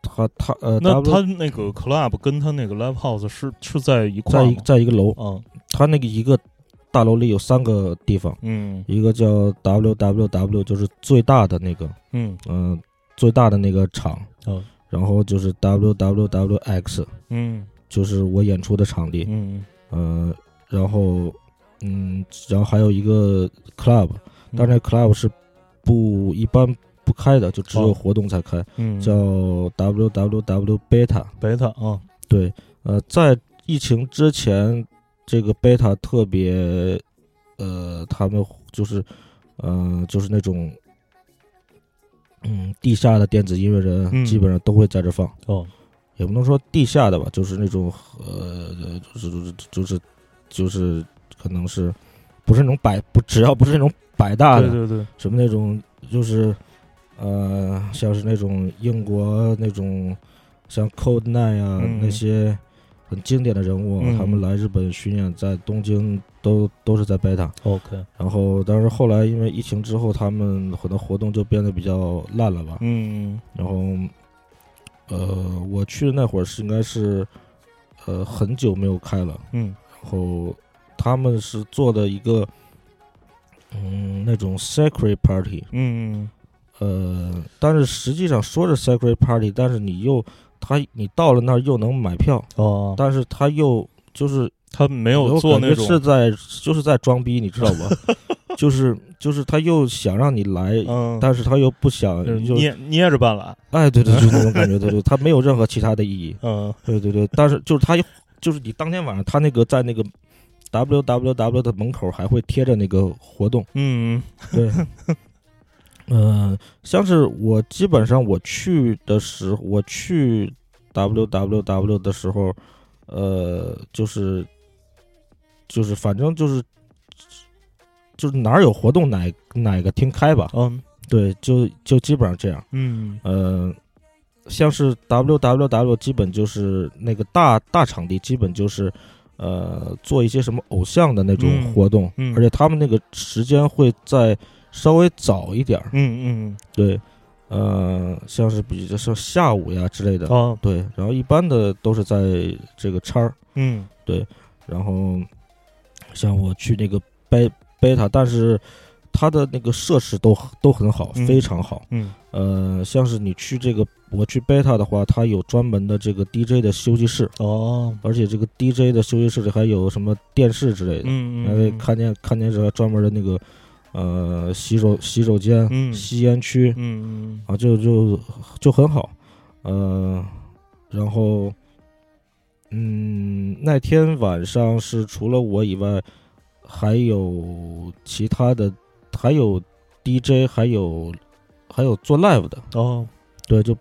Speaker 4: 他他呃，
Speaker 5: 那
Speaker 4: W
Speaker 5: 他那个 club 跟他那个 live house 是是在一块
Speaker 4: 在
Speaker 5: 儿
Speaker 4: 一
Speaker 5: 吗？
Speaker 4: 在一个楼，
Speaker 5: 嗯
Speaker 4: 他那个一个大楼里有三个地方，
Speaker 5: 嗯
Speaker 4: 一个叫 WWW，就是最大的那个，
Speaker 5: 嗯
Speaker 4: 嗯、最大的那个场，
Speaker 5: 哦
Speaker 4: 然后就是 WWWX，
Speaker 5: 嗯
Speaker 4: 就是我演出的场地，
Speaker 5: 嗯，
Speaker 4: 嗯、然后嗯，然后还有一个 club，但
Speaker 5: 嗯
Speaker 4: 是那 club 是不一般不开的，就只有
Speaker 5: 哦
Speaker 4: 活动才开。
Speaker 5: 嗯
Speaker 4: 叫 WWW Beta。
Speaker 5: 贝塔啊，
Speaker 4: 对，呃，在疫情之前，这个 Beta 特别，呃，他们就是，呃，就是那种，嗯，地下的电子音乐人
Speaker 5: 嗯
Speaker 4: 基本上都会在这放，
Speaker 5: 哦
Speaker 4: 也不能说地下的吧，就是那种，呃，呃就是就是就是就是可能是，不是那种百不只要不是那种百大
Speaker 5: 对
Speaker 4: 的，
Speaker 5: 对对，
Speaker 4: 什么那种就是呃，像是那种英国那种像 Cold Nine 啊、
Speaker 5: 嗯
Speaker 4: 那些很经典的人物，
Speaker 5: 嗯
Speaker 4: 他们来日本巡演，在东京都都是在 Beta。
Speaker 5: OK，
Speaker 4: 然后，但是后来因为疫情之后，他们很多活动就变得比较烂了吧。
Speaker 5: 嗯
Speaker 4: 然后，呃，我去的那会儿是应该是呃很久没有开了。
Speaker 5: 嗯
Speaker 4: 然后他们是做的一个嗯那种 secret party，
Speaker 5: 嗯
Speaker 4: 呃，但是实际上说是 secret party，但是你又他你到了那儿又能买票，
Speaker 5: 哦，
Speaker 4: 但是他又就是
Speaker 5: 他没
Speaker 4: 没
Speaker 5: 有做那种
Speaker 4: 是在就是在装逼，你知道吧？ 就是就是他又想让你来。
Speaker 5: 嗯，
Speaker 4: 但是他又不想，
Speaker 5: 就是
Speaker 4: 就
Speaker 5: 捏捏着半拉，
Speaker 4: 哎，对对，就是那种感觉，对对，他没有任何其他的意义，
Speaker 5: 嗯
Speaker 4: 对对对。但是就是他，就是你当天晚上，他那个在那个 W W W 的门口还会贴着那个活动，
Speaker 5: 嗯
Speaker 4: 对，嗯、像是我基本上我去的时候，我去 W W W 的时候，呃，就是就是反正就是就是哪儿有活动哪哪个厅开吧，
Speaker 5: 嗯，
Speaker 4: 对，就就基本上这样。
Speaker 3: 嗯
Speaker 4: 呃，像是 WWW 基本就是那个大大场地，基本就是呃做一些什么偶像的那种
Speaker 3: 嗯
Speaker 4: 活动，
Speaker 3: 嗯
Speaker 4: 而且他们那个时间会在稍微早一点儿，
Speaker 3: 嗯嗯
Speaker 4: 对，呃，像是比如说下午呀之
Speaker 5: 嗯
Speaker 4: 类的，
Speaker 3: 哦
Speaker 4: 对，然后一般的都是在这个叉儿，
Speaker 3: 嗯
Speaker 4: 然后像我去那个贝贝塔，但是它的那个设施都都很好，
Speaker 3: 嗯
Speaker 4: 非常好。
Speaker 3: 嗯
Speaker 4: 呃，像是你去这个我去贝塔的话，它有专门的这个 DJ 的休息室，
Speaker 5: 哦，
Speaker 4: 而且这个 DJ 的休息室里还有什么电视之类的，
Speaker 3: 嗯
Speaker 4: 还会看见看见这专门的那个呃洗手洗手间、
Speaker 3: 嗯
Speaker 4: 吸烟区
Speaker 3: 嗯
Speaker 4: 啊，就就就很好。呃，然后嗯，那天晚上是除了我以外，还有其他的，还有 DJ，还有还有做 live 的。
Speaker 5: 哦，
Speaker 4: 对，就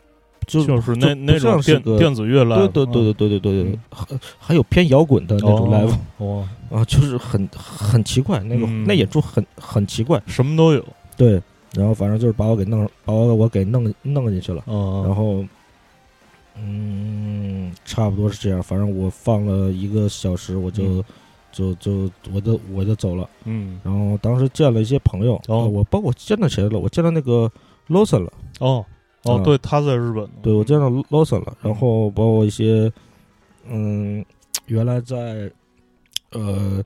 Speaker 4: 就
Speaker 3: 就是那
Speaker 4: 不
Speaker 3: 那种
Speaker 4: 像是
Speaker 3: 电
Speaker 4: 个
Speaker 3: 电子嗯乐来
Speaker 4: 对
Speaker 3: 了，
Speaker 4: 对对对对对对对，还还有偏摇滚的那种 live
Speaker 5: 哦哦，
Speaker 4: 啊，就是很很奇怪，那个
Speaker 3: 嗯
Speaker 4: 那演出很很奇怪，
Speaker 3: 嗯，什么都有，
Speaker 4: 对，然后反正就是把我给弄把我我给弄弄进去了，
Speaker 5: 哦，
Speaker 4: 然后嗯，差不多是这样，反正我放了一个小时，我就
Speaker 3: 嗯
Speaker 4: 就就我就我就走了，
Speaker 3: 嗯
Speaker 4: 然后当时见了一些朋友，
Speaker 5: 哦
Speaker 4: 啊我包括见到谁了，我见到那个 Lawson 了。
Speaker 5: 哦，
Speaker 4: 啊
Speaker 3: 哦，对，他在日本呢，
Speaker 4: 对我见到 Lawson 了，然后包括一些，嗯，原来在，呃，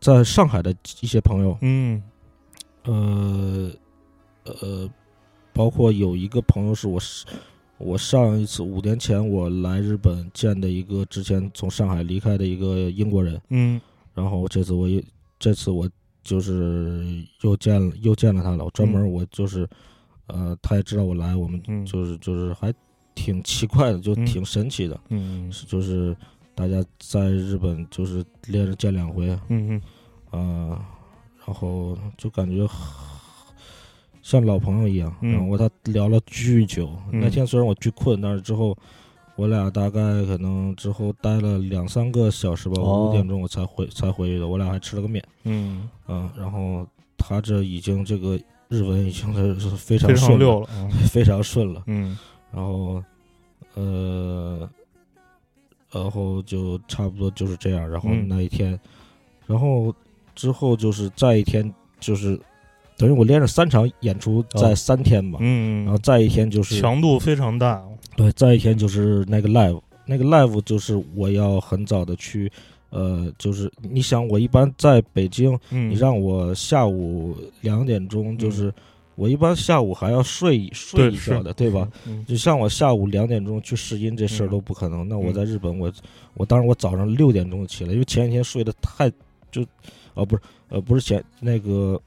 Speaker 4: 在上海的一些朋友，
Speaker 3: 嗯
Speaker 4: 呃，呃，包括有一个朋友是我是我上一次五年前我来日本见的一个之前从上海离开的一个英国人，
Speaker 3: 嗯
Speaker 4: 然后这次我又这次我就是又见了又见了他了，我专门我就是，呃，他也知道我来，我们
Speaker 3: 嗯
Speaker 4: 就是就是还挺奇怪的，就
Speaker 3: 嗯
Speaker 4: 挺神奇的，
Speaker 3: 嗯
Speaker 4: 是就是大家在日本就是连着见两回，啊
Speaker 3: 嗯
Speaker 4: 呃，然后就感觉 像老朋友一样，
Speaker 3: 嗯
Speaker 4: 然后我他聊了巨久。
Speaker 3: 嗯
Speaker 4: 那天虽然我巨困，但是之后我俩大概可能之后待了两三个小时吧，
Speaker 5: 哦
Speaker 4: 我五点钟我才回才回去的，我俩还吃了个面，
Speaker 3: 嗯，
Speaker 4: 嗯、然后他这已经这个日文已经是是
Speaker 3: 非
Speaker 4: 非常
Speaker 3: 常
Speaker 4: 顺
Speaker 3: 溜
Speaker 4: 了，
Speaker 3: 了，
Speaker 4: 非常顺了，
Speaker 3: 嗯
Speaker 4: 然后呃，然后就差不多就是这样。然后
Speaker 3: 嗯
Speaker 4: 那一天，然后之后就是再一天，就是等于我连着三场演出在三天吧。
Speaker 3: 嗯，
Speaker 4: 然后再一天就是
Speaker 3: 强度非常大，
Speaker 4: 对，再一天就是那个 live，那个 live 就是我要很早的去。呃，就是你想，我一般在北京，
Speaker 3: 嗯，
Speaker 4: 你让我下午两点钟，就是、我一般下午还要睡一睡
Speaker 3: 对
Speaker 4: 一觉
Speaker 3: 是
Speaker 4: 的，对吧？？
Speaker 3: 嗯
Speaker 4: 就像我下午两点钟去试音这事儿
Speaker 3: 嗯
Speaker 4: 都不可能。那我
Speaker 3: 嗯
Speaker 4: 在日本我，我当然我早上六点钟起来，因为前一天睡得太就，哦不是呃不是前那个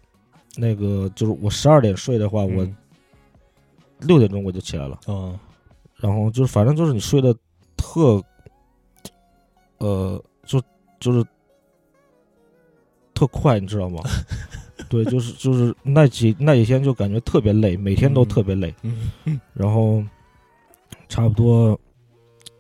Speaker 4: 那个就是我十二点睡的话，我
Speaker 3: 嗯
Speaker 4: 六点钟我就起来了。
Speaker 5: 嗯
Speaker 4: 然后就是反正就是你睡得特，呃就就是特快，你知 道吗？对，就是就是那几那几天就感觉特别累，每天都
Speaker 3: 嗯
Speaker 4: 特别累。
Speaker 3: 嗯
Speaker 4: 然后差不多，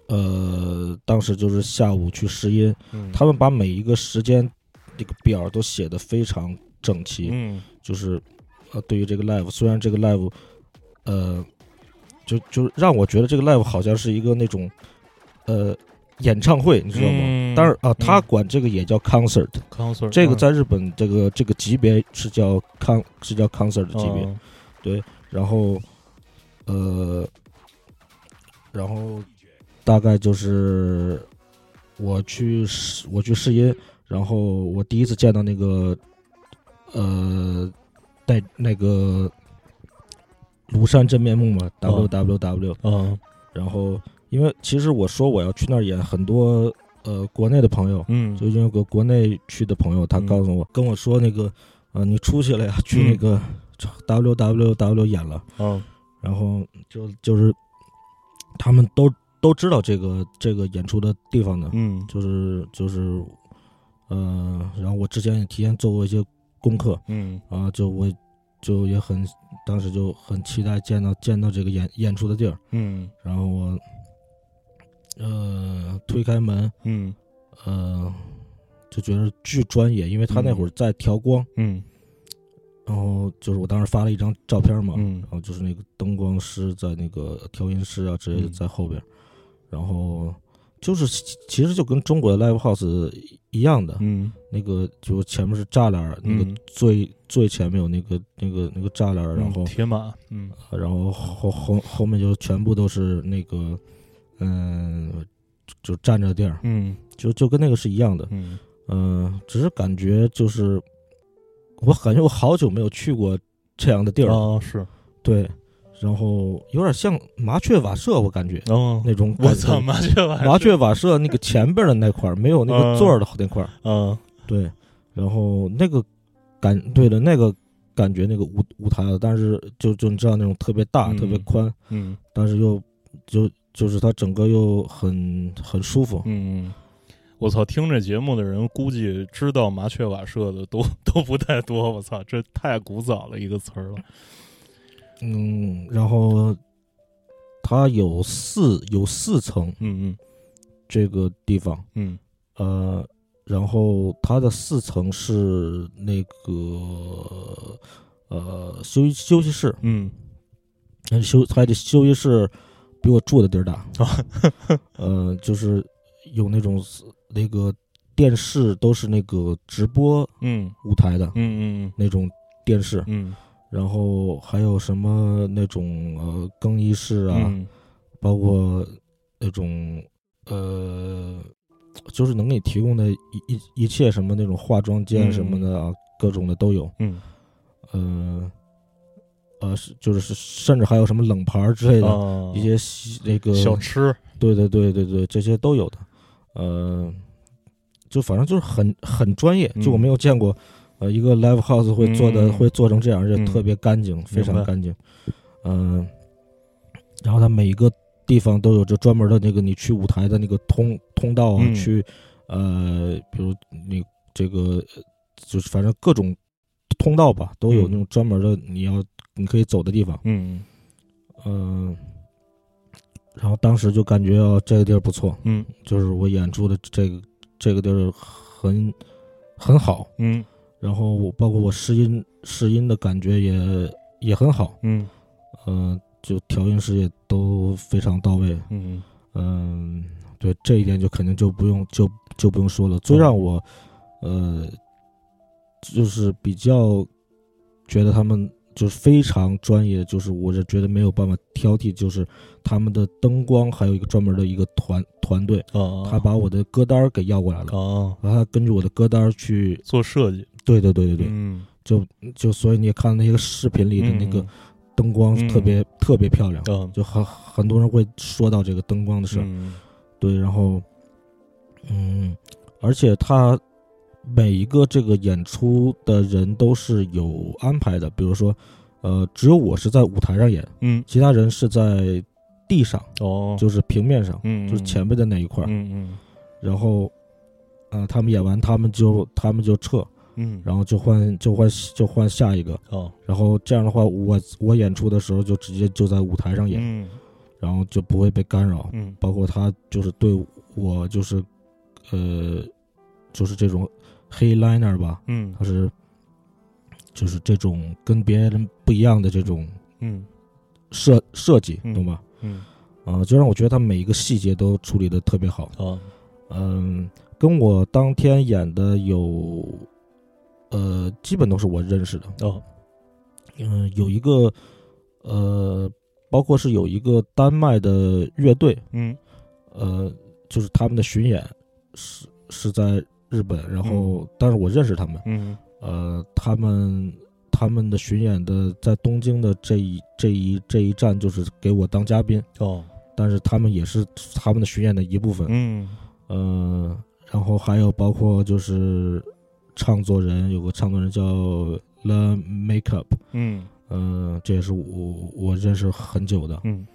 Speaker 4: 呃，当时就是下午去试音，
Speaker 3: 嗯，
Speaker 4: 他们把每一个时间这个表都写的非常整齐，
Speaker 3: 嗯
Speaker 4: 就是呃，对于这个 live，虽然这个 live，呃，就就让我觉得这个 live 好像是一个那种呃演唱会，你知道吗？
Speaker 3: 嗯
Speaker 4: 当然啊，他
Speaker 3: 嗯
Speaker 4: 管这个也叫 concert，、
Speaker 5: ，concert
Speaker 4: 这个在日本这个这个级别是叫 con 是叫 concert 的级别，
Speaker 5: 嗯
Speaker 4: 然后，呃，然后大概就是我去试我去试音，然后我第一次见到那个呃，带那个庐山真面目嘛，W
Speaker 3: 啊
Speaker 4: W W，、
Speaker 3: 哦
Speaker 5: 嗯
Speaker 4: 然后因为其实我说我要去那儿演，很多呃国内的朋友，
Speaker 3: 嗯，
Speaker 4: 就因为个国内去的朋友，他
Speaker 3: 嗯
Speaker 4: 告诉我、跟我说那个，呃，你出去了呀，去那个 W W W 演了，
Speaker 3: 嗯
Speaker 4: 然后就就是他们都都知道这个这个演出的地方的，
Speaker 3: 嗯
Speaker 4: 就是就是，呃，然后我之前也提前做过一些功课
Speaker 3: 嗯
Speaker 4: 啊，就我就也很当时就很期待见到见到这个演演出的地儿，
Speaker 3: 嗯
Speaker 4: 然后我呃推开门，
Speaker 3: 嗯
Speaker 4: 呃，就觉得巨专业，因为他那会儿在调光，
Speaker 3: 嗯
Speaker 4: 然后就是我当时发了一张照片嘛，
Speaker 3: 嗯
Speaker 4: 然后就是那个灯光师在那个调音师啊之类的
Speaker 3: 嗯
Speaker 4: 在后边，然后就是其其实就跟中国的 live house 一样的，
Speaker 3: 嗯
Speaker 4: 那个就前面是栅栏儿，那个
Speaker 3: 嗯
Speaker 4: 最最前面有那个那个那个栅栏儿，然后
Speaker 3: 嗯铁马，嗯
Speaker 4: 然后后后后面就全部都是那个嗯就站着的地儿，
Speaker 3: 嗯
Speaker 4: 就就跟那个是一样的，
Speaker 3: 嗯
Speaker 4: 嗯，只是感觉就是，我感觉我好久没有去过这样的地儿了，
Speaker 3: 啊是，
Speaker 4: 对，然后有点像麻雀瓦舍，我感觉
Speaker 3: 然后
Speaker 4: 那种感
Speaker 3: 我
Speaker 4: 觉
Speaker 3: 操麻雀玩
Speaker 4: 哦嗯麻雀瓦舍那个前边的那块儿没有那个
Speaker 3: 嗯
Speaker 4: 座儿的那块儿，
Speaker 3: 嗯
Speaker 4: 对，然后那个感对了那个感觉那个舞舞台啊，但是就就你知道那种特别大、特别
Speaker 3: 嗯
Speaker 4: 宽，
Speaker 3: 嗯
Speaker 4: 但是又就就是它整个又很很舒服，
Speaker 3: 嗯。我操！听这节目的人估计知道麻雀瓦舍的都 都不太多。我操，这太古早的一个词儿了。
Speaker 4: 嗯，然后它有四有四层
Speaker 3: 嗯
Speaker 4: 这个地方，
Speaker 3: 嗯
Speaker 4: 呃，然后它的四层是那个呃休息休息室，
Speaker 3: 嗯
Speaker 4: 嗯休它的休息室比我住的地儿大，
Speaker 3: 哦
Speaker 4: 呃，就是有那种那个电视都是那个直播
Speaker 3: 嗯嗯
Speaker 4: 舞台的
Speaker 3: 嗯
Speaker 4: 那种电视，
Speaker 3: 嗯
Speaker 4: 然后还有什么那种呃更衣室啊，
Speaker 3: 嗯
Speaker 4: 包括那种呃，就是能给你提供的一一一切什么那种化妆间
Speaker 3: 嗯
Speaker 4: 什么的啊，各种的都有。
Speaker 3: 嗯
Speaker 4: 呃，呃，是就是甚至还有什么冷盘儿之类
Speaker 3: 嗯
Speaker 4: 的、
Speaker 3: 啊
Speaker 4: 一些西那个
Speaker 3: 小吃，
Speaker 4: 对对对对对，这些都有的。呃，就反正就是很很专业，
Speaker 3: 嗯
Speaker 4: 就我没有见过，呃，一个 live house 会做的、
Speaker 3: 嗯
Speaker 4: 会做成这样，而且
Speaker 3: 嗯
Speaker 4: 特别干净，非常
Speaker 3: 明白
Speaker 4: 干净。嗯、然后它每一个地方都有这专门的那个你去舞台的那个通通道啊，
Speaker 3: 嗯
Speaker 4: 去呃，比如你这个呃就是反正各种通道吧，都有
Speaker 3: 嗯
Speaker 4: 那种专门的你要你可以走的地方。
Speaker 3: 嗯
Speaker 4: 嗯、然后当时就感觉哦，这个地儿不错，
Speaker 3: 嗯
Speaker 4: 就是我演出的这个这个地儿很很好，
Speaker 3: 嗯
Speaker 4: 然后我包括我试音试音的感觉也也很好，
Speaker 3: 嗯
Speaker 4: 嗯，就调音师也都非常到位，
Speaker 3: 嗯
Speaker 4: 嗯、对这一点就肯定就不用就就不用说了。最让我呃就是比较觉得他们就是非常专业，就是我是觉得没有办法挑剔，就是他们的灯光还有一个专门的一个团团队。
Speaker 3: 啊，
Speaker 4: 他把我的歌单儿给要过来了，
Speaker 3: 啊
Speaker 4: 然后他根据我的歌单儿去，
Speaker 3: 做设计，
Speaker 4: 对对对对对，
Speaker 3: 嗯，
Speaker 4: 就所以你也看那个视频里的那个灯光
Speaker 3: 嗯
Speaker 4: 特别特别漂亮，
Speaker 3: 嗯
Speaker 4: 就很很多人会说到这个灯光的事儿，
Speaker 3: 嗯
Speaker 4: 对，然后，嗯，而且他每一个这个演出的人都是有安排的，比如说，呃，只有我是在舞台上演，
Speaker 3: 嗯
Speaker 4: 其他人是在地上，
Speaker 3: 哦，
Speaker 4: 就是平面上，
Speaker 3: 嗯
Speaker 4: 就是前面的那一块儿，
Speaker 3: 嗯
Speaker 4: 然后，呃，他们演完，他们就他们就撤，
Speaker 3: 嗯嗯
Speaker 4: 然后就换就换就换下一个，
Speaker 3: 哦
Speaker 4: 然后这样的话，我我演出的时候就直接就在舞台上演，
Speaker 3: 嗯
Speaker 4: 然后就不会被干扰，
Speaker 3: 嗯
Speaker 4: 包括他就是对我就是，呃，就是这种黑 liner 吧，
Speaker 3: 嗯
Speaker 4: 他是就是这种跟别人不一样的这种
Speaker 3: 嗯
Speaker 4: 设设计，
Speaker 3: 嗯
Speaker 4: 懂吧？
Speaker 3: 嗯
Speaker 4: 啊、就让我觉得他每一个细节都处理的特别好。
Speaker 3: 哦
Speaker 4: 嗯，跟我当天演的有，呃，基本都是我认识的。
Speaker 3: 哦
Speaker 4: 嗯，有一个，呃，包括是有一个丹麦的乐队，
Speaker 3: 嗯
Speaker 4: 呃，就是他们的巡演是是在日本，然后、但是我认识他们，
Speaker 3: 嗯
Speaker 4: 呃，他们他们的巡演的在东京的这一这一这一站就是给我当嘉宾，
Speaker 3: 哦
Speaker 4: 但是他们也是他们的巡演的一部分。
Speaker 3: 嗯
Speaker 4: 呃，然后还有包括就是唱作人，有个唱作人叫 The Makeup，
Speaker 3: 嗯
Speaker 4: 呃，这也是我我认识很久的。
Speaker 3: 嗯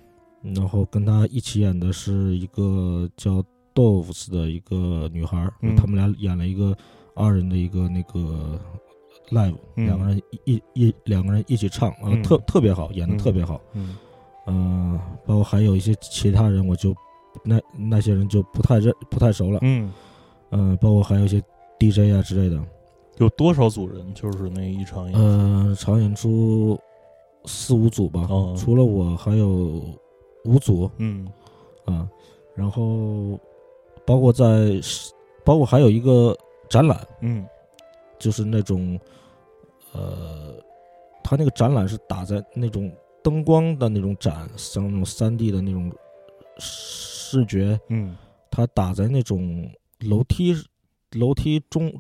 Speaker 4: 然后跟他一起演的是一个叫 Doves 的一个女孩儿，
Speaker 3: 嗯
Speaker 4: 他们俩演了一个二人的一个那个 live，、
Speaker 3: 嗯
Speaker 4: 两个人一一一两个人一起唱啊，
Speaker 3: 嗯
Speaker 4: 特特别好，演的
Speaker 3: 嗯
Speaker 4: 特别好。
Speaker 3: 嗯
Speaker 4: 嗯、包括还有一些其他人，我就那那些人就不太认不太熟了。
Speaker 3: 嗯
Speaker 4: 呃嗯，包括还有一些 DJ 啊之类的。
Speaker 3: 有多少组人？就是那一场演出，
Speaker 4: 呃，场演出四五组吧，
Speaker 3: 哦
Speaker 4: 除了我还有五组
Speaker 3: 嗯
Speaker 4: 啊，然后包括在是，包括还有一个展览，
Speaker 3: 嗯
Speaker 4: 就是那种呃，它那个展览是打在那种灯光的那种展，像那种三 D 的那种视觉，
Speaker 3: 嗯
Speaker 4: 它打在那种楼梯楼梯中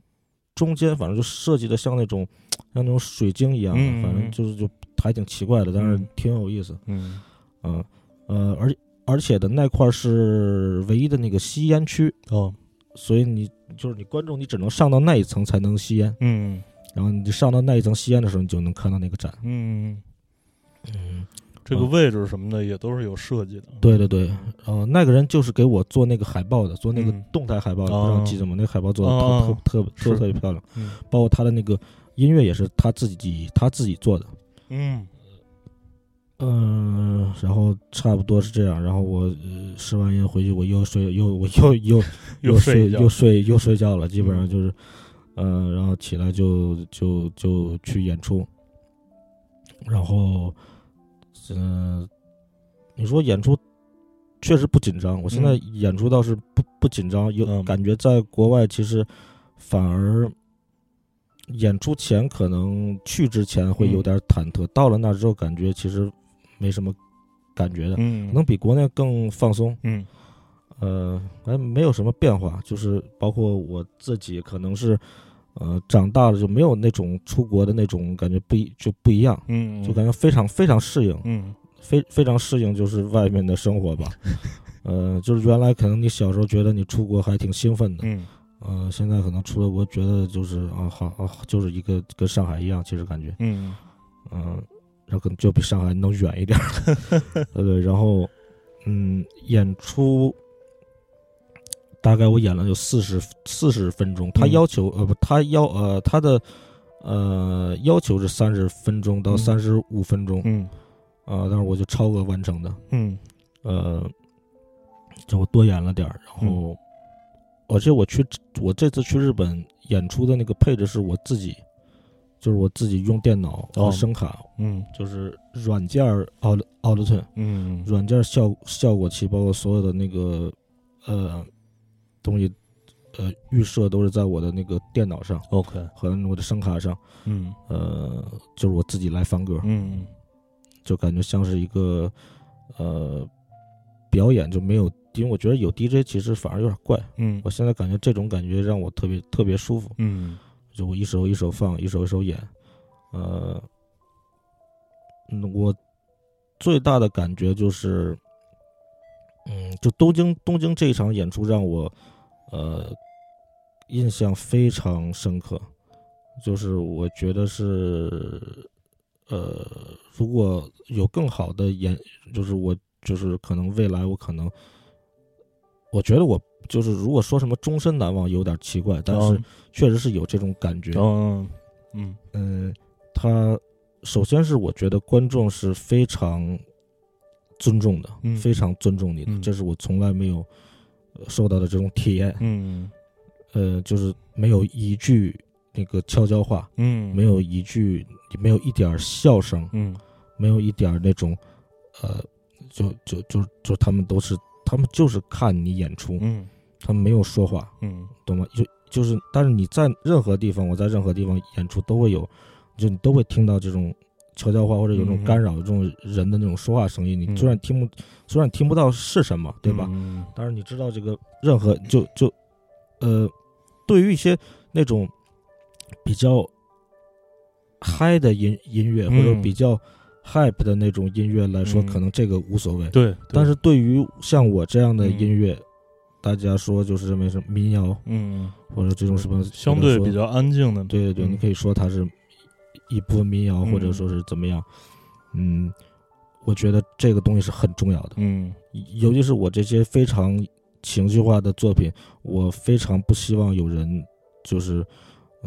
Speaker 4: 中间，反正就设计的像那种像那种水晶一样的，
Speaker 3: 嗯嗯
Speaker 4: 反正
Speaker 3: 嗯
Speaker 4: 就是就还挺奇怪的，但是
Speaker 3: 嗯
Speaker 4: 挺有意思
Speaker 3: 嗯
Speaker 4: 啊、呃，而而且的那块儿是唯一的那个吸烟区，
Speaker 3: 哦
Speaker 4: 所以你就是你观众你只能上到那一层才能吸烟，
Speaker 3: 嗯
Speaker 4: 然后你上到那一层吸烟的时候，你就能看到那个展。
Speaker 3: 嗯，
Speaker 4: 嗯，
Speaker 3: 这个位置什么的也都是有设计的。
Speaker 4: 对对对，呃，那个人就是给我做那个海报的，做那个
Speaker 3: 嗯
Speaker 4: 动态海报的，
Speaker 3: 哦
Speaker 4: 不知道记得吗？那个海报做的特、
Speaker 3: 哦
Speaker 4: 特特做
Speaker 3: 是
Speaker 4: 得特别漂亮。
Speaker 3: 嗯
Speaker 4: 包括他的那个音乐也是他自己他自己做的。
Speaker 3: 嗯
Speaker 4: 嗯、然后差不多是这样。然后我呃试完音回去，我又睡又我又又
Speaker 3: 又睡
Speaker 4: 睡
Speaker 3: 一觉
Speaker 4: 又睡又睡觉了，基本上就是，嗯、然后起来就就就去演出，然后，嗯、你说演出确实不紧张，我现在演出倒是不不紧张，有、
Speaker 3: 嗯
Speaker 4: 感觉在国外其实反而演出前可能去之前会
Speaker 3: 嗯
Speaker 4: 有点忐忑，到了那之后感觉其实没什么感觉的，可
Speaker 3: 嗯
Speaker 4: 能比国内更放松。
Speaker 3: 嗯
Speaker 4: 呃，哎，没有什么变化，就是包括我自己，可能是，呃，长大了就没有那种出国的那种感觉不一就不一样，
Speaker 3: 嗯，
Speaker 4: 就感觉非常非常适应，
Speaker 3: 嗯
Speaker 4: 非非常适应就是外面的 生活吧。呃，就是原来可能你小时候觉得你出国还挺兴奋的，
Speaker 3: 嗯
Speaker 4: 呃，现在可能出了国觉得就是啊，好啊，就是一个跟上海一样，其实感觉，
Speaker 3: 嗯
Speaker 4: 嗯、然后可能就比上海能远一点儿， 对对，然后，嗯，演出大概我演了有四十四十分钟，他
Speaker 3: 嗯
Speaker 4: 要求、呃不，他要呃他的呃要求是三十分钟到
Speaker 3: 嗯
Speaker 4: 三十五分钟，
Speaker 3: 嗯
Speaker 4: 啊、但是我就超额完成的，
Speaker 3: 嗯
Speaker 4: 呃，就我多演了点儿，然
Speaker 3: 嗯
Speaker 4: 后，而且我去我这次去日本演出的那个配置是我自己，就是我自己用电脑和
Speaker 3: 哦
Speaker 4: 声卡。
Speaker 3: 嗯
Speaker 4: 就是软件儿 Aud Audition
Speaker 3: 嗯
Speaker 4: 软件儿效效果器，包括所有的那个呃东西，呃预设都是在我的那个电脑上
Speaker 3: ，OK，
Speaker 4: 和我的声卡上，
Speaker 3: 嗯
Speaker 4: 呃，就是我自己来放歌，
Speaker 3: 嗯
Speaker 4: 就感觉像是一个呃表演，就没有，因为我觉得有 DJ 其实反而有点怪，
Speaker 3: 嗯
Speaker 4: 我现在感觉这种感觉让我特别特别舒服，
Speaker 3: 嗯
Speaker 4: 就我一首一首放，一首一首演，呃，嗯，我最大的感觉就是，嗯，就东京东京这一场演出让我，呃，印象非常深刻，就是我觉得是，呃，如果有更好的演，就是我就是可能未来我可能，我觉得我就是如果说什么终身难忘有点奇怪，但
Speaker 3: 哦
Speaker 4: 是。确实是有这种感觉。
Speaker 3: 嗯嗯
Speaker 4: 嗯，他首先是我觉得观众是非常尊重的，
Speaker 3: 嗯
Speaker 4: 非常尊重你的，
Speaker 3: 嗯
Speaker 4: 这是我从来没有呃受到的这种体验。
Speaker 3: 嗯
Speaker 4: 呃，就是没有一句那个悄悄话，
Speaker 3: 嗯，
Speaker 4: 没有一句，没有一点儿笑声，
Speaker 3: 嗯
Speaker 4: 没有一点儿那种，呃，就就就就他们都是，他们就是看你演出，
Speaker 3: 嗯
Speaker 4: 他们没有说话，
Speaker 3: 嗯
Speaker 4: 懂吗？就就是，但是你在任何地方，我在任何地方演出都会有，就你都会听到这种悄悄话或者有这种
Speaker 3: 嗯
Speaker 4: 干扰、这种人的那种说话声音。你
Speaker 3: 嗯
Speaker 4: 虽然听不，虽然听不到是什么，对吧？
Speaker 3: 嗯
Speaker 4: 但是你知道这个任何就就，呃，对于一些那种比较嗨的音音乐或者
Speaker 3: 嗯
Speaker 4: 比较 hype 的那种音乐来说，
Speaker 3: 嗯
Speaker 4: 可能这个无所谓。
Speaker 3: 对，
Speaker 4: 但是对于像我这样的
Speaker 3: 嗯
Speaker 4: 音乐，大家说就是认为是民谣。
Speaker 3: 嗯，
Speaker 4: 或者这种什么
Speaker 3: 相对比，
Speaker 4: 或者说
Speaker 3: 较安静的，
Speaker 4: 对对对，
Speaker 3: 嗯
Speaker 4: 你可以说它是一部分民谣，
Speaker 3: 嗯
Speaker 4: 或者说是怎么样，嗯，我觉得这个东西是很重要的，
Speaker 3: 嗯
Speaker 4: 尤其是我这些非常情绪化的作品，我非常不希望有人就是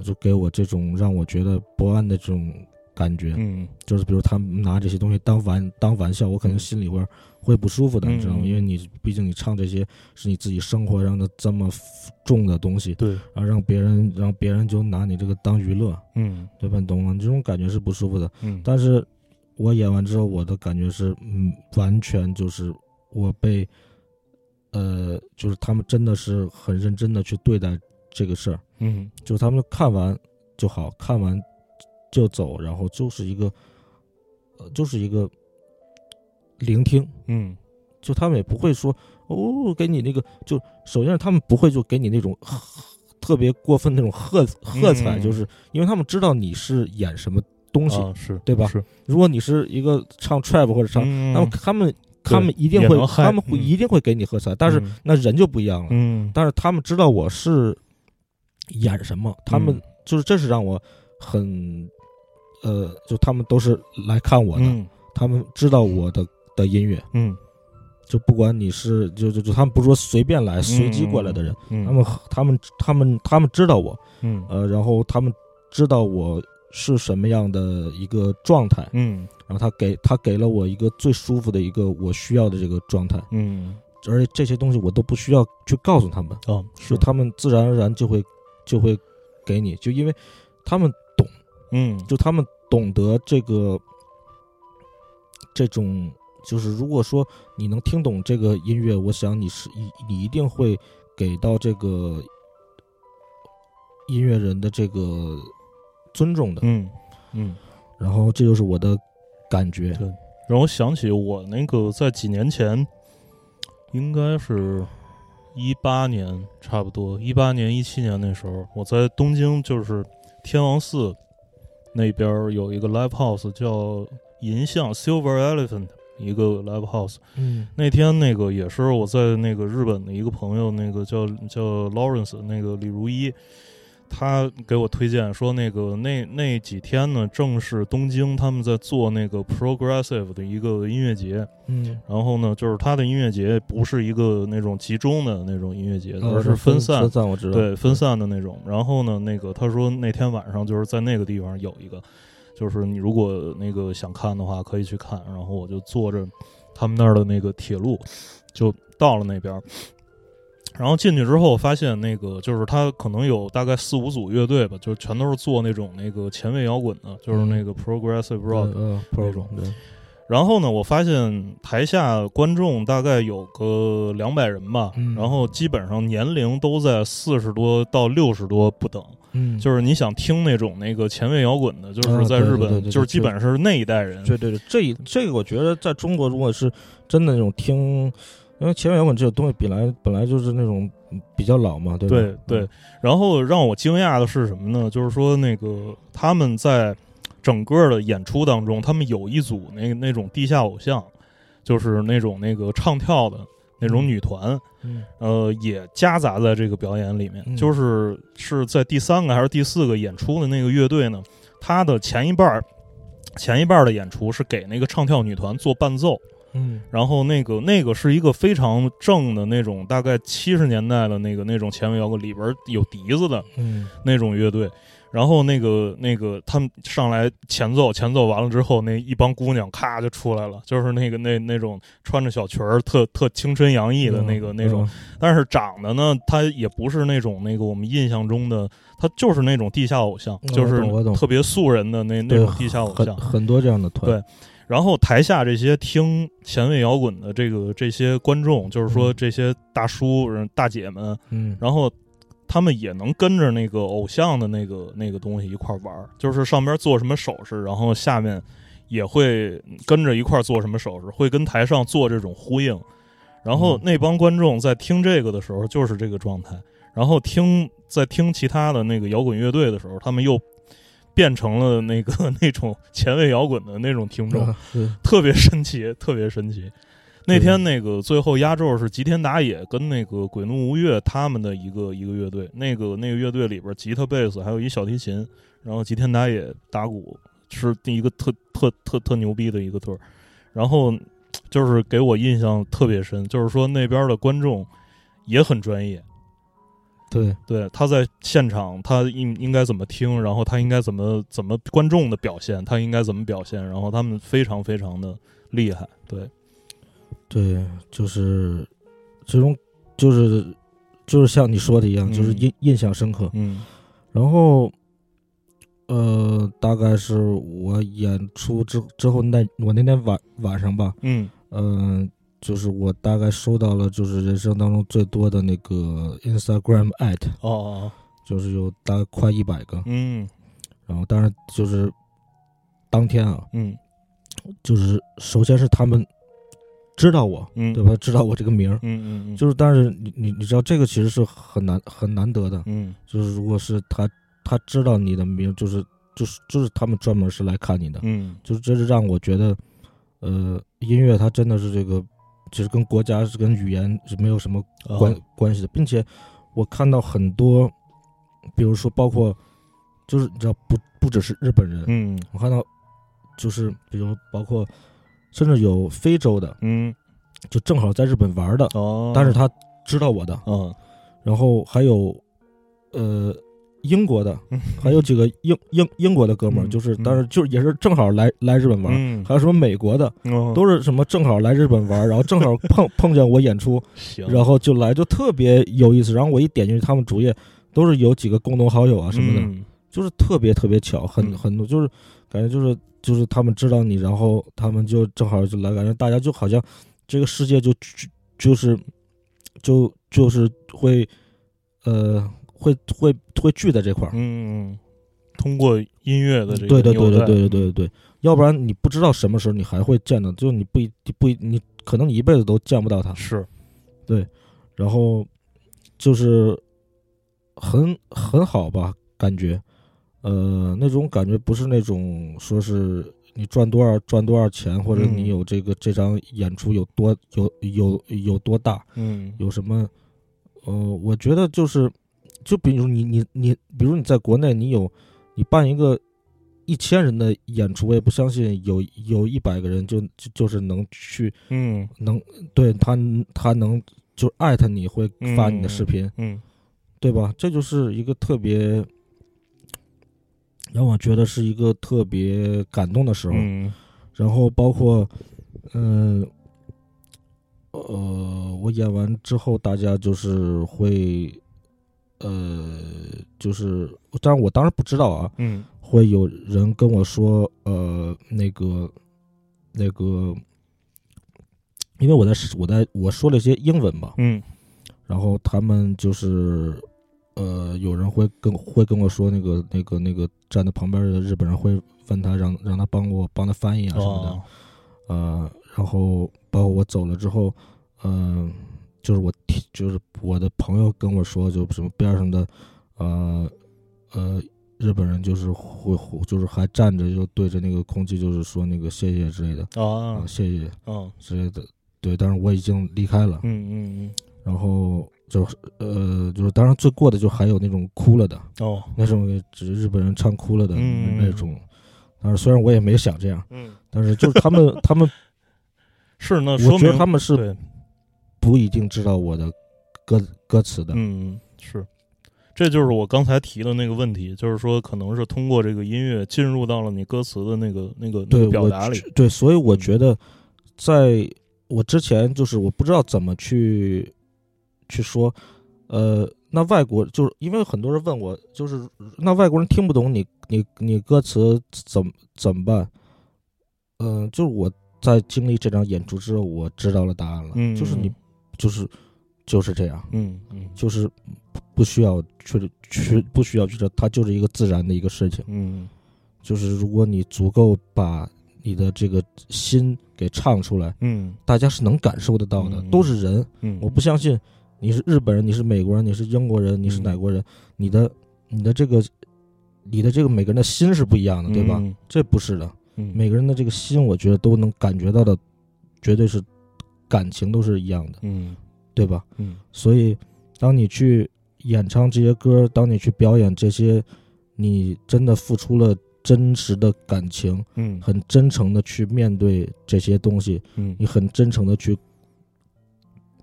Speaker 4: 就给我这种让我觉得不安的这种感觉，
Speaker 3: 嗯
Speaker 4: 就是比如他们拿这些东西当玩当玩笑，我肯定心里边儿会不舒服的，
Speaker 3: 嗯
Speaker 4: 你知道吗？
Speaker 3: 嗯
Speaker 4: 因为你毕竟你唱这些是你自己生活上的这么重的东西，
Speaker 3: 对，
Speaker 4: 然后啊让别人让别人就拿你这个当娱乐，
Speaker 3: 嗯
Speaker 4: 对吧？你懂吗？你这种感觉是不舒服的。
Speaker 3: 嗯，
Speaker 4: 但是我演完之后，我的感觉是，嗯，完全就是我被，呃，就是他们真的是很认真的去对待这个事儿，
Speaker 3: 嗯
Speaker 4: 就是他们看完就好，看完就走，然后就是一个，呃，就是一个聆听，
Speaker 3: 嗯
Speaker 4: 就他们也不会说哦，给你那个，就首先是他们不会就给你那种呵特别过分那种喝喝彩，
Speaker 3: 嗯
Speaker 4: 就是因为他们知道你是演什么东西。
Speaker 3: 啊是
Speaker 4: 对吧
Speaker 3: 是，嗯
Speaker 4: 如果你是一个唱 trap 或者唱，那
Speaker 3: 那
Speaker 4: 么他们他们一定
Speaker 3: 也
Speaker 4: 会
Speaker 3: 能，嗨
Speaker 4: 他们会
Speaker 3: 嗯
Speaker 4: 一定会给你喝彩，但是
Speaker 3: 嗯
Speaker 4: 那人就不一样了。
Speaker 3: 嗯，
Speaker 4: 但是他们知道我是演什么，他们
Speaker 3: 嗯
Speaker 4: 就是这是让我很，呃，就他们都是来看我的，
Speaker 3: 嗯
Speaker 4: 他们知道我的的音乐，
Speaker 3: 嗯，
Speaker 4: 就不管你是就就就他们不是说随便来随机过来的人，
Speaker 3: 嗯，
Speaker 4: 他们他们他们他们知道我，
Speaker 3: 嗯
Speaker 4: 呃，然后他们知道我是什么样的一个状态，
Speaker 3: 嗯
Speaker 4: 然后他给他给了我一个最舒服的一个我需要的这个状态，
Speaker 3: 嗯
Speaker 4: 而且这些东西我都不需要去告诉他们，
Speaker 3: 哦
Speaker 4: 就他们自然而然就会就会给你，就因为他们
Speaker 3: 嗯
Speaker 4: 就他们懂得这个这种，就是如果说你能听懂这个音乐，我想你是一你一定会给到这个音乐人的这个尊重的。
Speaker 3: 嗯嗯，
Speaker 4: 然后这就是我的感觉，
Speaker 3: 让我想起我那个在几年前，应该是一八年，差不多一八年一七年那时候，我在东京就是天王寺那边儿有一个 live house 叫银象 Silver Elephant 一个 live house。
Speaker 4: 嗯
Speaker 3: 那天那个也是我在那个日本的一个朋友，那个叫叫 Lawrence 那个李如一，他给我推荐说，那个那那几天呢，正是东京他们在做那个 progressive 的一个音乐节，
Speaker 4: 嗯，
Speaker 3: 然后呢，就是他的音乐节不是一个那种集中的那种音乐节，而
Speaker 4: 呃
Speaker 3: 嗯哦是分散
Speaker 4: 分散，我知道，嗯
Speaker 3: 对，分散的那种。然后呢，那个他说那天晚上就是在那个地方有一个，就是你如果那个想看的话，可以去看。然后我就坐着他们那儿的那个铁路，就到了那边儿。然后进去之后，发现那个就是他可能有大概四五组乐队吧，就是全都是做那种那个前卫摇滚的，
Speaker 4: 嗯
Speaker 3: 就是那个 progressive
Speaker 4: 对
Speaker 3: rock
Speaker 4: 呃
Speaker 3: 那
Speaker 4: pro
Speaker 3: 种
Speaker 4: 对，
Speaker 3: 然后呢，我发现台下观众大概有个两百人吧，
Speaker 4: 嗯
Speaker 3: 然后基本上年龄都在四十多到六十多不等。
Speaker 4: 嗯
Speaker 3: 就是你想听那种那个前卫摇滚的，就
Speaker 4: 啊
Speaker 3: 是在日
Speaker 4: 对对对
Speaker 3: 本，
Speaker 4: 对
Speaker 3: 就是
Speaker 4: 对
Speaker 3: 基本上是那一代人。
Speaker 4: 对对对，这一这个我觉得在中国，如果是真的那种听，因为前面摇滚这种东西本来本来就是那种比较老嘛，对嗯吧？
Speaker 3: 对对，然后让我惊讶的是什么呢？就是说那个他们在整个的演出当中，他们有一组那那种地下偶像，就是那种那个唱跳的那种女团，
Speaker 4: 嗯，
Speaker 3: 呃，也夹杂在这个表演里面。
Speaker 4: 嗯
Speaker 3: 就是是在第三个还是第四个演出的那个乐队呢，他的前一半儿前一半儿的演出是给那个唱跳女团做伴奏，
Speaker 4: 嗯
Speaker 3: 然后那个那个是一个非常正的那种，大概七十年代的那个那种前卫摇滚，里边儿有笛子的
Speaker 4: 嗯
Speaker 3: 那种乐队。然后那个那个他们上来前奏，前奏完了之后，那一帮姑娘咔就出来了，就是那个那那种穿着小裙儿，特特青春洋溢的那个、
Speaker 4: 嗯
Speaker 3: 那种，，但是长得呢，他也不是那种那个我们印象中的，他就是那种地下偶像，
Speaker 4: 嗯
Speaker 3: 就是
Speaker 4: 我懂我懂
Speaker 3: 特别素人的那那
Speaker 4: 对
Speaker 3: 种地下偶
Speaker 4: 很
Speaker 3: 像。
Speaker 4: 很多这样的团，
Speaker 3: 对然后台下这些听前卫摇滚的这个这些观众，就是说
Speaker 4: 嗯
Speaker 3: 这些大叔、嗯大姐们，
Speaker 4: 嗯，
Speaker 3: 然后他们也能跟着那个偶像的那个那个东西一块儿玩儿，就是上边做什么手势，然后下面也会跟着一块儿做什么手势，会跟台上做这种呼应。然后
Speaker 4: 嗯
Speaker 3: 那帮观众在听这个的时候就是这个状态，然后听在听其他的那个摇滚乐队的时候，他们又变成了那个 那种前卫摇滚的那种听众，
Speaker 4: 啊对
Speaker 3: 特别神奇， 特别神奇。那天那个最后压轴是吉田打野跟那个鬼怒无月他们的一个一个乐队，那个那个乐队里边吉他、贝斯还有一小提琴，然后吉田打野打鼓是一个特特特特牛逼的一个队儿，然后就是给我印象特别深，就是说那边的观众也很专业，
Speaker 4: 对，
Speaker 3: 对，他在现场他应应该怎么听，然后他应该怎么怎么观众的表现，他应该怎么表现，然后他们非常非常的厉害，对，
Speaker 4: 对，就是这种，就是就是像你说的一样，就是
Speaker 3: 嗯
Speaker 4: 印印象深刻。
Speaker 3: 嗯
Speaker 4: 然后，呃，大概是我演出之之后那我那天晚晚上吧，
Speaker 3: 嗯
Speaker 4: 嗯、就是我大概收到了就是人生当中最多的那个 Instagram at，
Speaker 3: 哦哦，哦
Speaker 4: 就是有大概快一百个。
Speaker 3: 嗯
Speaker 4: 然后，当然就是当天啊，
Speaker 3: 嗯
Speaker 4: 就是首先是他们知道我，
Speaker 3: 嗯，
Speaker 4: 对？吧？知道我这个名儿。
Speaker 3: 嗯嗯嗯，
Speaker 4: 就是，但是你你你知道这个其实是很难很难得的，
Speaker 3: 嗯
Speaker 4: 就是如果是他他知道你的名，就是就是就是他们专门是来看你的，
Speaker 3: 嗯
Speaker 4: 就是这是让我觉得，呃，音乐它真的是这个，其实跟国家是跟语言是没有什么
Speaker 3: 啊
Speaker 4: 关、关系的，并且我看到很多，比如说包括，就是你知道不不只是日本人，
Speaker 3: 嗯
Speaker 4: 我看到就是比如包括甚至有非洲的，
Speaker 3: 嗯
Speaker 4: 就正好在日本玩的，
Speaker 3: 哦，
Speaker 4: 但是他知道我的，
Speaker 3: 嗯
Speaker 4: 然后还有，呃，英国的，
Speaker 3: 嗯
Speaker 4: 还有几个 英英英国的哥们儿，
Speaker 3: 嗯
Speaker 4: 就是
Speaker 3: 嗯
Speaker 4: 当时就是也是正好来来日本玩，
Speaker 3: 嗯
Speaker 4: 还有什么美国的，
Speaker 3: 哦
Speaker 4: 都是什么正好来日本玩，然后正好碰 碰见我演出，
Speaker 3: 行，
Speaker 4: 然后就来，就特别有意思。然后我一点进去他们主页，都是有几个共同好友啊什么的，
Speaker 3: 嗯
Speaker 4: 就是特别特别巧，很、
Speaker 3: 嗯
Speaker 4: 很多就是感觉就是就是他们知道你，然后他们就正好就来，感觉大家就好像这个世界就就就是就就是会呃会会会聚在这块儿。
Speaker 3: 嗯，嗯通过音乐的这个
Speaker 4: 对对对
Speaker 3: 纽
Speaker 4: 对
Speaker 3: 带
Speaker 4: 对对对对，要不然你不知道什么时候你还会见到，就你不一不一你可能你一辈子都见不到他。
Speaker 3: 是
Speaker 4: 然后就是很很好吧，感觉，呃，那种感觉不是那种说是你赚多少赚多少钱，或者
Speaker 3: 嗯
Speaker 4: 你有这个这场演出有多有有有多大，
Speaker 3: 嗯
Speaker 4: 有什么，呃，我觉得就是，就比如你你你，比如你在国内你有你办一个。一千人的演出，我也不相信有有一百个人就就就是能去
Speaker 3: 嗯
Speaker 4: 能对他他能就艾特你会发你的视频，
Speaker 3: 嗯
Speaker 4: 对吧？这就是一个特别让我觉得是一个特别感动的时候。
Speaker 3: 嗯
Speaker 4: 然后包括，嗯、呃，我演完之后，大家就是会，呃，就是，当然我当时不知道啊，
Speaker 3: 嗯
Speaker 4: 会有人跟我说，呃，那个，那个，因为我在我在我说了一些英文嘛，
Speaker 3: 嗯
Speaker 4: 然后他们就是，呃，有人会跟会跟我说，那个那个那个站在旁边的日本人会问他让让他帮我帮他翻译啊什么的，
Speaker 3: 哦
Speaker 4: 呃，然后包括我走了之后，嗯、就是我听，就是我的朋友跟我说，就什么边上的，呃呃，日本人就是会会就是还站着，就对着那个空气就是说那个谢谢之类的，啊、
Speaker 3: 啊
Speaker 4: 谢谢
Speaker 3: 嗯
Speaker 4: 之类的，对，但是我已经离开了，
Speaker 3: 嗯嗯
Speaker 4: 然后就是呃就是当然最过的就还有那种哭了的，
Speaker 3: 嗯哦
Speaker 4: 那种给指日本人唱哭了的
Speaker 3: 嗯
Speaker 4: 那种，但是虽然我也没想这样，
Speaker 3: 嗯
Speaker 4: 但是就是他们他们，
Speaker 3: 是 那
Speaker 4: 我
Speaker 3: 说
Speaker 4: 觉
Speaker 3: 明
Speaker 4: 得他们是
Speaker 3: 对
Speaker 4: 不一定知道我的歌歌词的。
Speaker 3: 嗯是。这就是我刚才提的那个问题，就是说，可能是通过这个音乐进入到了你歌词的那个、那个、那
Speaker 4: 对
Speaker 3: 个表
Speaker 4: 我
Speaker 3: 达里。嗯
Speaker 4: 对，所以我觉得，在我之前就是我不知道怎么去去说，呃，那外国就是因为很多人问我，就是那外国人听不懂你你你歌词怎么怎么办？嗯、就是我在经历这场演出之后，我知道了答案了，
Speaker 3: 嗯，
Speaker 4: 就是你就是就是这样，
Speaker 3: 嗯，嗯嗯
Speaker 4: 就是不需要去去不需要去这，它就是一个自然的一个事情。
Speaker 3: 嗯
Speaker 4: 就是如果你足够把你的这个心给唱出来，
Speaker 3: 嗯
Speaker 4: 大家是能感受得到的，
Speaker 3: 嗯
Speaker 4: 都是人。
Speaker 3: 嗯，
Speaker 4: 我不相信你是日本人，你是美国人，你是英国人，你
Speaker 3: 嗯
Speaker 4: 是哪国人，你的你的这个你的这个每个人的心是不一样的，对吧？
Speaker 3: 嗯
Speaker 4: 这不是的，
Speaker 3: 嗯
Speaker 4: 每个人的这个心，我觉得都能感觉到的，绝对是感情都是一样的，
Speaker 3: 嗯
Speaker 4: 对吧？
Speaker 3: 嗯
Speaker 4: 所以，当你去演唱这些歌，当你去表演这些，你真的付出了真实的感情，
Speaker 3: 嗯
Speaker 4: 很真诚的去面对这些东西，
Speaker 3: 嗯
Speaker 4: 你很真诚的去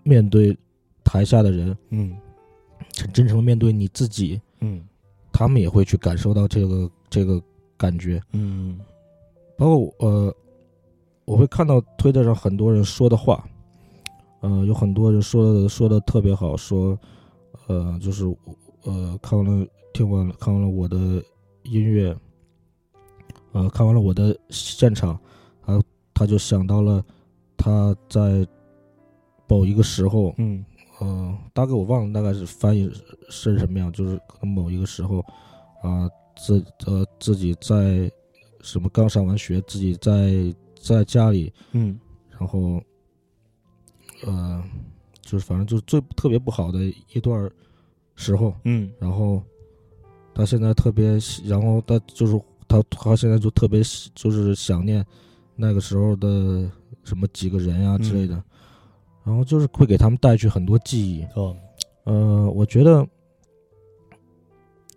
Speaker 4: 面对台下的人，
Speaker 3: 嗯
Speaker 4: 真诚的面对你自己，
Speaker 3: 嗯
Speaker 4: 他们也会去感受到这个这个感觉。
Speaker 3: 嗯
Speaker 4: 包括呃，我会看到推特上很多人说的话，呃，有很多人说的说的特别好，说呃，就是呃，看完了听完了看完了我的音乐，呃，看完了我的现场，他他就想到了他在某一个时候，
Speaker 3: 嗯
Speaker 4: 呃，大概我忘了大概是翻译是什么样，就是可能某一个时候啊、自呃自己在什么刚上完学，自己在在家里，
Speaker 3: 嗯
Speaker 4: 然后呃，就是反正就是最特别不好的一段时候，
Speaker 3: 嗯
Speaker 4: 然后他现在特别喜，然后他就是他他现在就特别喜就是想念那个时候的什么几个人呀、之类的，然后就是会给他们带去很多记忆。
Speaker 3: 哦
Speaker 4: 呃，我觉得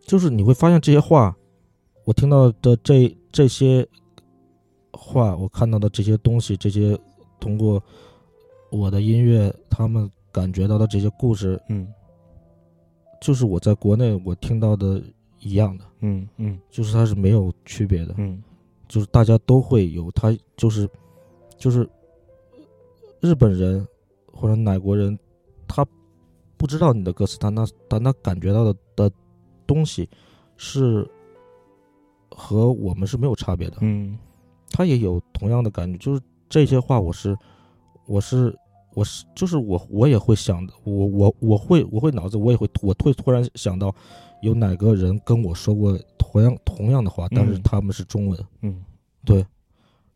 Speaker 4: 就是你会发现这些话，我听到的这这些话，我看到的这些东西，这些通过我的音乐，他们感觉到的这些故事，
Speaker 3: 嗯
Speaker 4: 就是我在国内我听到的一样的，
Speaker 3: 嗯嗯
Speaker 4: 就是它是没有区别的，
Speaker 3: 嗯
Speaker 4: 就是大家都会有，它就是就是日本人或者哪国人，他不知道你的歌词，但他但他感觉到的的东西是和我们是没有差别的，
Speaker 3: 嗯
Speaker 4: 他也有同样的感觉，就是这些话我是我是。我是就是我，我也会想，我我我会我会脑子我也会我会突然想到，有哪个人跟我说过同样同样的话，但是
Speaker 3: 嗯
Speaker 4: 他们是中文，
Speaker 3: 嗯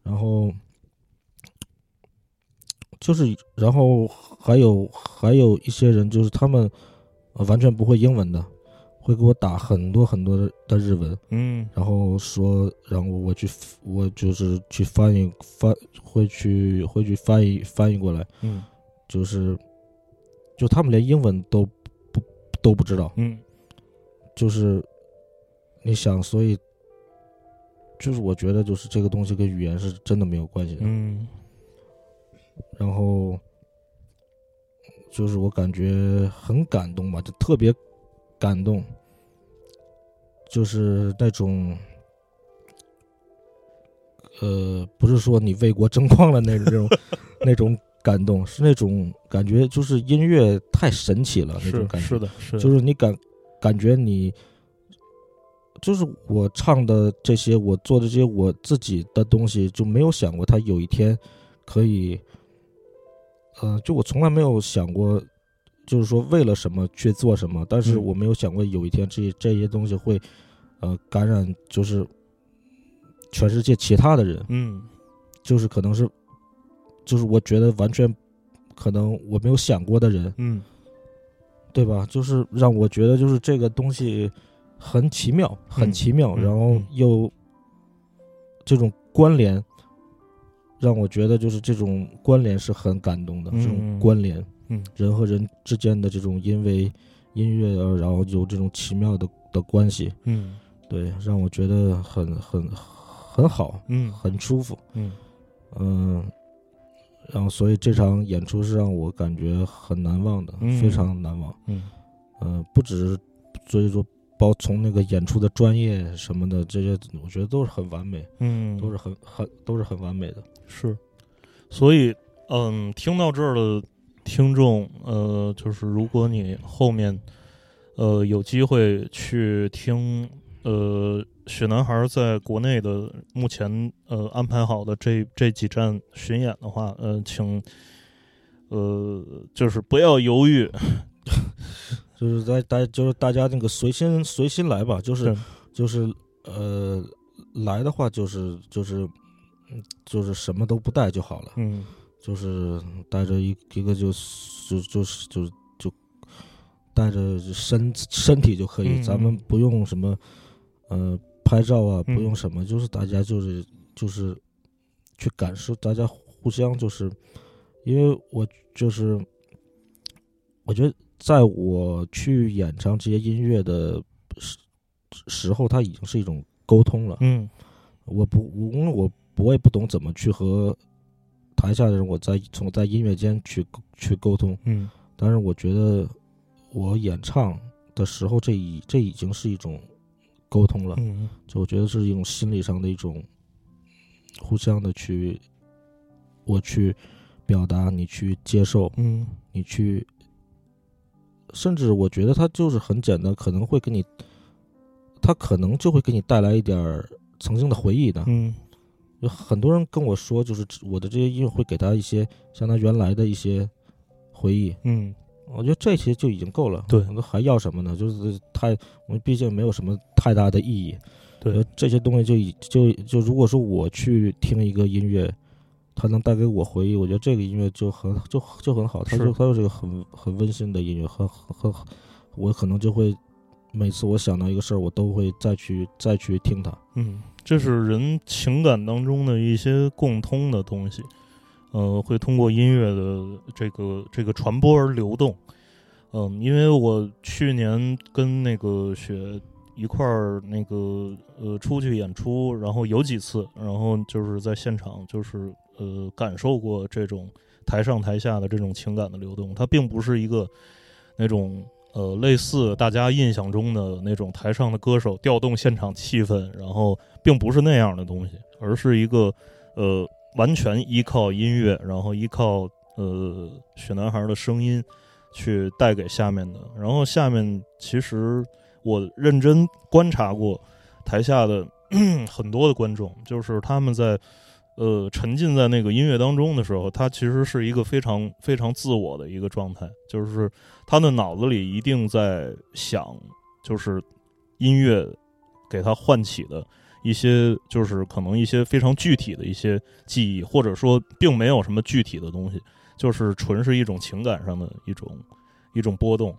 Speaker 4: 然后就是，然后还有还有一些人，就是他们呃完全不会英文的，会给我打很多很多的日文，
Speaker 3: 嗯
Speaker 4: 然后说，然后我去我就是去翻译翻，会去会去翻译翻译过来，
Speaker 3: 嗯
Speaker 4: 就是就他们连英文都不都不知道，
Speaker 3: 嗯
Speaker 4: 就是你想，所以就是我觉得就是这个东西跟语言是真的没有关系的。
Speaker 3: 嗯
Speaker 4: 然后就是我感觉很感动吧，就特别感动，就是那种，呃，不是说你为国争光了那 种那种感动，是那种感觉，就是音乐太神奇了那种
Speaker 3: 是
Speaker 4: 感觉，
Speaker 3: 是的是的
Speaker 4: 就是你感感觉你。就是我唱的这些，我做的这些我自己的东西，就没有想过它有一天可以呃，就我从来没有想过，就是说为了什么去做什么，但是
Speaker 3: 嗯
Speaker 4: 我没有想过有一天这这些东西会，呃，感染就是全世界其他的人，
Speaker 3: 嗯
Speaker 4: 就是可能是，就是我觉得完全可能我没有想过的人，
Speaker 3: 嗯
Speaker 4: 对吧？就是让我觉得就是这个东西很奇妙，很
Speaker 3: 嗯
Speaker 4: 奇妙，
Speaker 3: 嗯
Speaker 4: 然后
Speaker 3: 嗯
Speaker 4: 又这种关联，让我觉得就是这种关联是很感动的，
Speaker 3: 嗯
Speaker 4: 这种关联，
Speaker 3: 嗯
Speaker 4: 人和人之间的这种因为音乐啊而然后有这种奇妙的的关系，
Speaker 3: 嗯
Speaker 4: 对，让我觉得很很很好，
Speaker 3: 嗯
Speaker 4: 很舒服，
Speaker 3: 嗯
Speaker 4: 嗯。然后，所以这场演出是让我感觉很难忘的，
Speaker 3: 嗯
Speaker 4: 非常难忘。
Speaker 3: 嗯
Speaker 4: 呃，不只是所以说包从那个演出的专业什么的这些，我觉得都是很完美，
Speaker 3: 嗯
Speaker 4: 都是很很都是很完美的。
Speaker 3: 是，所以，嗯，听到这儿的听众，呃，就是如果你后面，呃，有机会去听，呃，雪男孩在国内的目前呃安排好的这这几站巡演的话，呃，请，呃，就是不要犹豫，
Speaker 4: 就是大大就是大家那个随心随心来吧，就 是
Speaker 3: 是
Speaker 4: 就是呃来的话就是就是嗯就是什么都不带就好了，
Speaker 3: 嗯
Speaker 4: 就是带着一一个就就就是就就带着身身体就可以，
Speaker 3: 嗯
Speaker 4: 咱们不用什么呃拍照啊，不
Speaker 3: 嗯
Speaker 4: 用什么，就是大家就是就是去感受，大家互相就是，因为我就是我觉得在我去演唱这些音乐的时时候，它已经是一种沟通了。
Speaker 3: 嗯
Speaker 4: 我不，我因为我不我也不懂怎么去和台下的人，我在从在音乐间去沟去沟通。
Speaker 3: 嗯
Speaker 4: 但是我觉得我演唱，的时候，这已这已经是一种沟通了。
Speaker 3: 嗯
Speaker 4: 就我觉得是一种心理上的一种互相的去，我去表达，你去接受，
Speaker 3: 嗯
Speaker 4: 你去，甚至我觉得他就是很简单，可能会给你，他可能就会给你带来一点儿曾经的回忆的。
Speaker 3: 嗯
Speaker 4: 有很多人跟我说，就是我的这些音乐会给他一些像他原来的一些回忆，
Speaker 3: 嗯
Speaker 4: 我觉得这些就已经够了。
Speaker 3: 对
Speaker 4: 我们还要什么呢？就是太，我们毕竟没有什么太大的意义。
Speaker 3: 对
Speaker 4: 呃，这些东西就已就就如果说我去听一个音乐，它能带给我回忆，我觉得这个音乐就很就就很好，它
Speaker 3: 是
Speaker 4: 就它就是个很很温馨的音乐，很很很，我可能就会每次我想到一个事儿，我都会再去再去听它。
Speaker 3: 嗯，这是人情感当中的一些共通的东西，呃，会通过音乐的这个这个传播而流动。嗯，因为我去年跟那个雪一块儿那个呃出去演出，然后有几次，然后就是在现场就是呃感受过这种台上台下的这种情感的流动，它并不是一个那种呃类似大家印象中的那种台上的歌手调动现场气氛，然后并不是那样的东西，而是一个呃完全依靠音乐，然后依靠呃雪男孩的声音去带给下面的。然后下面其实我认真观察过台下的 很多的观众，就是他们在。呃，沉浸在那个音乐当中的时候，他其实是一个非常非常自我的一个状态，就是他的脑子里一定在想，就是音乐给他唤起的一些，就是可能一些非常具体的一些记忆，或者说并没有什么具体的东西，就是纯是一种情感上的一种一种波动。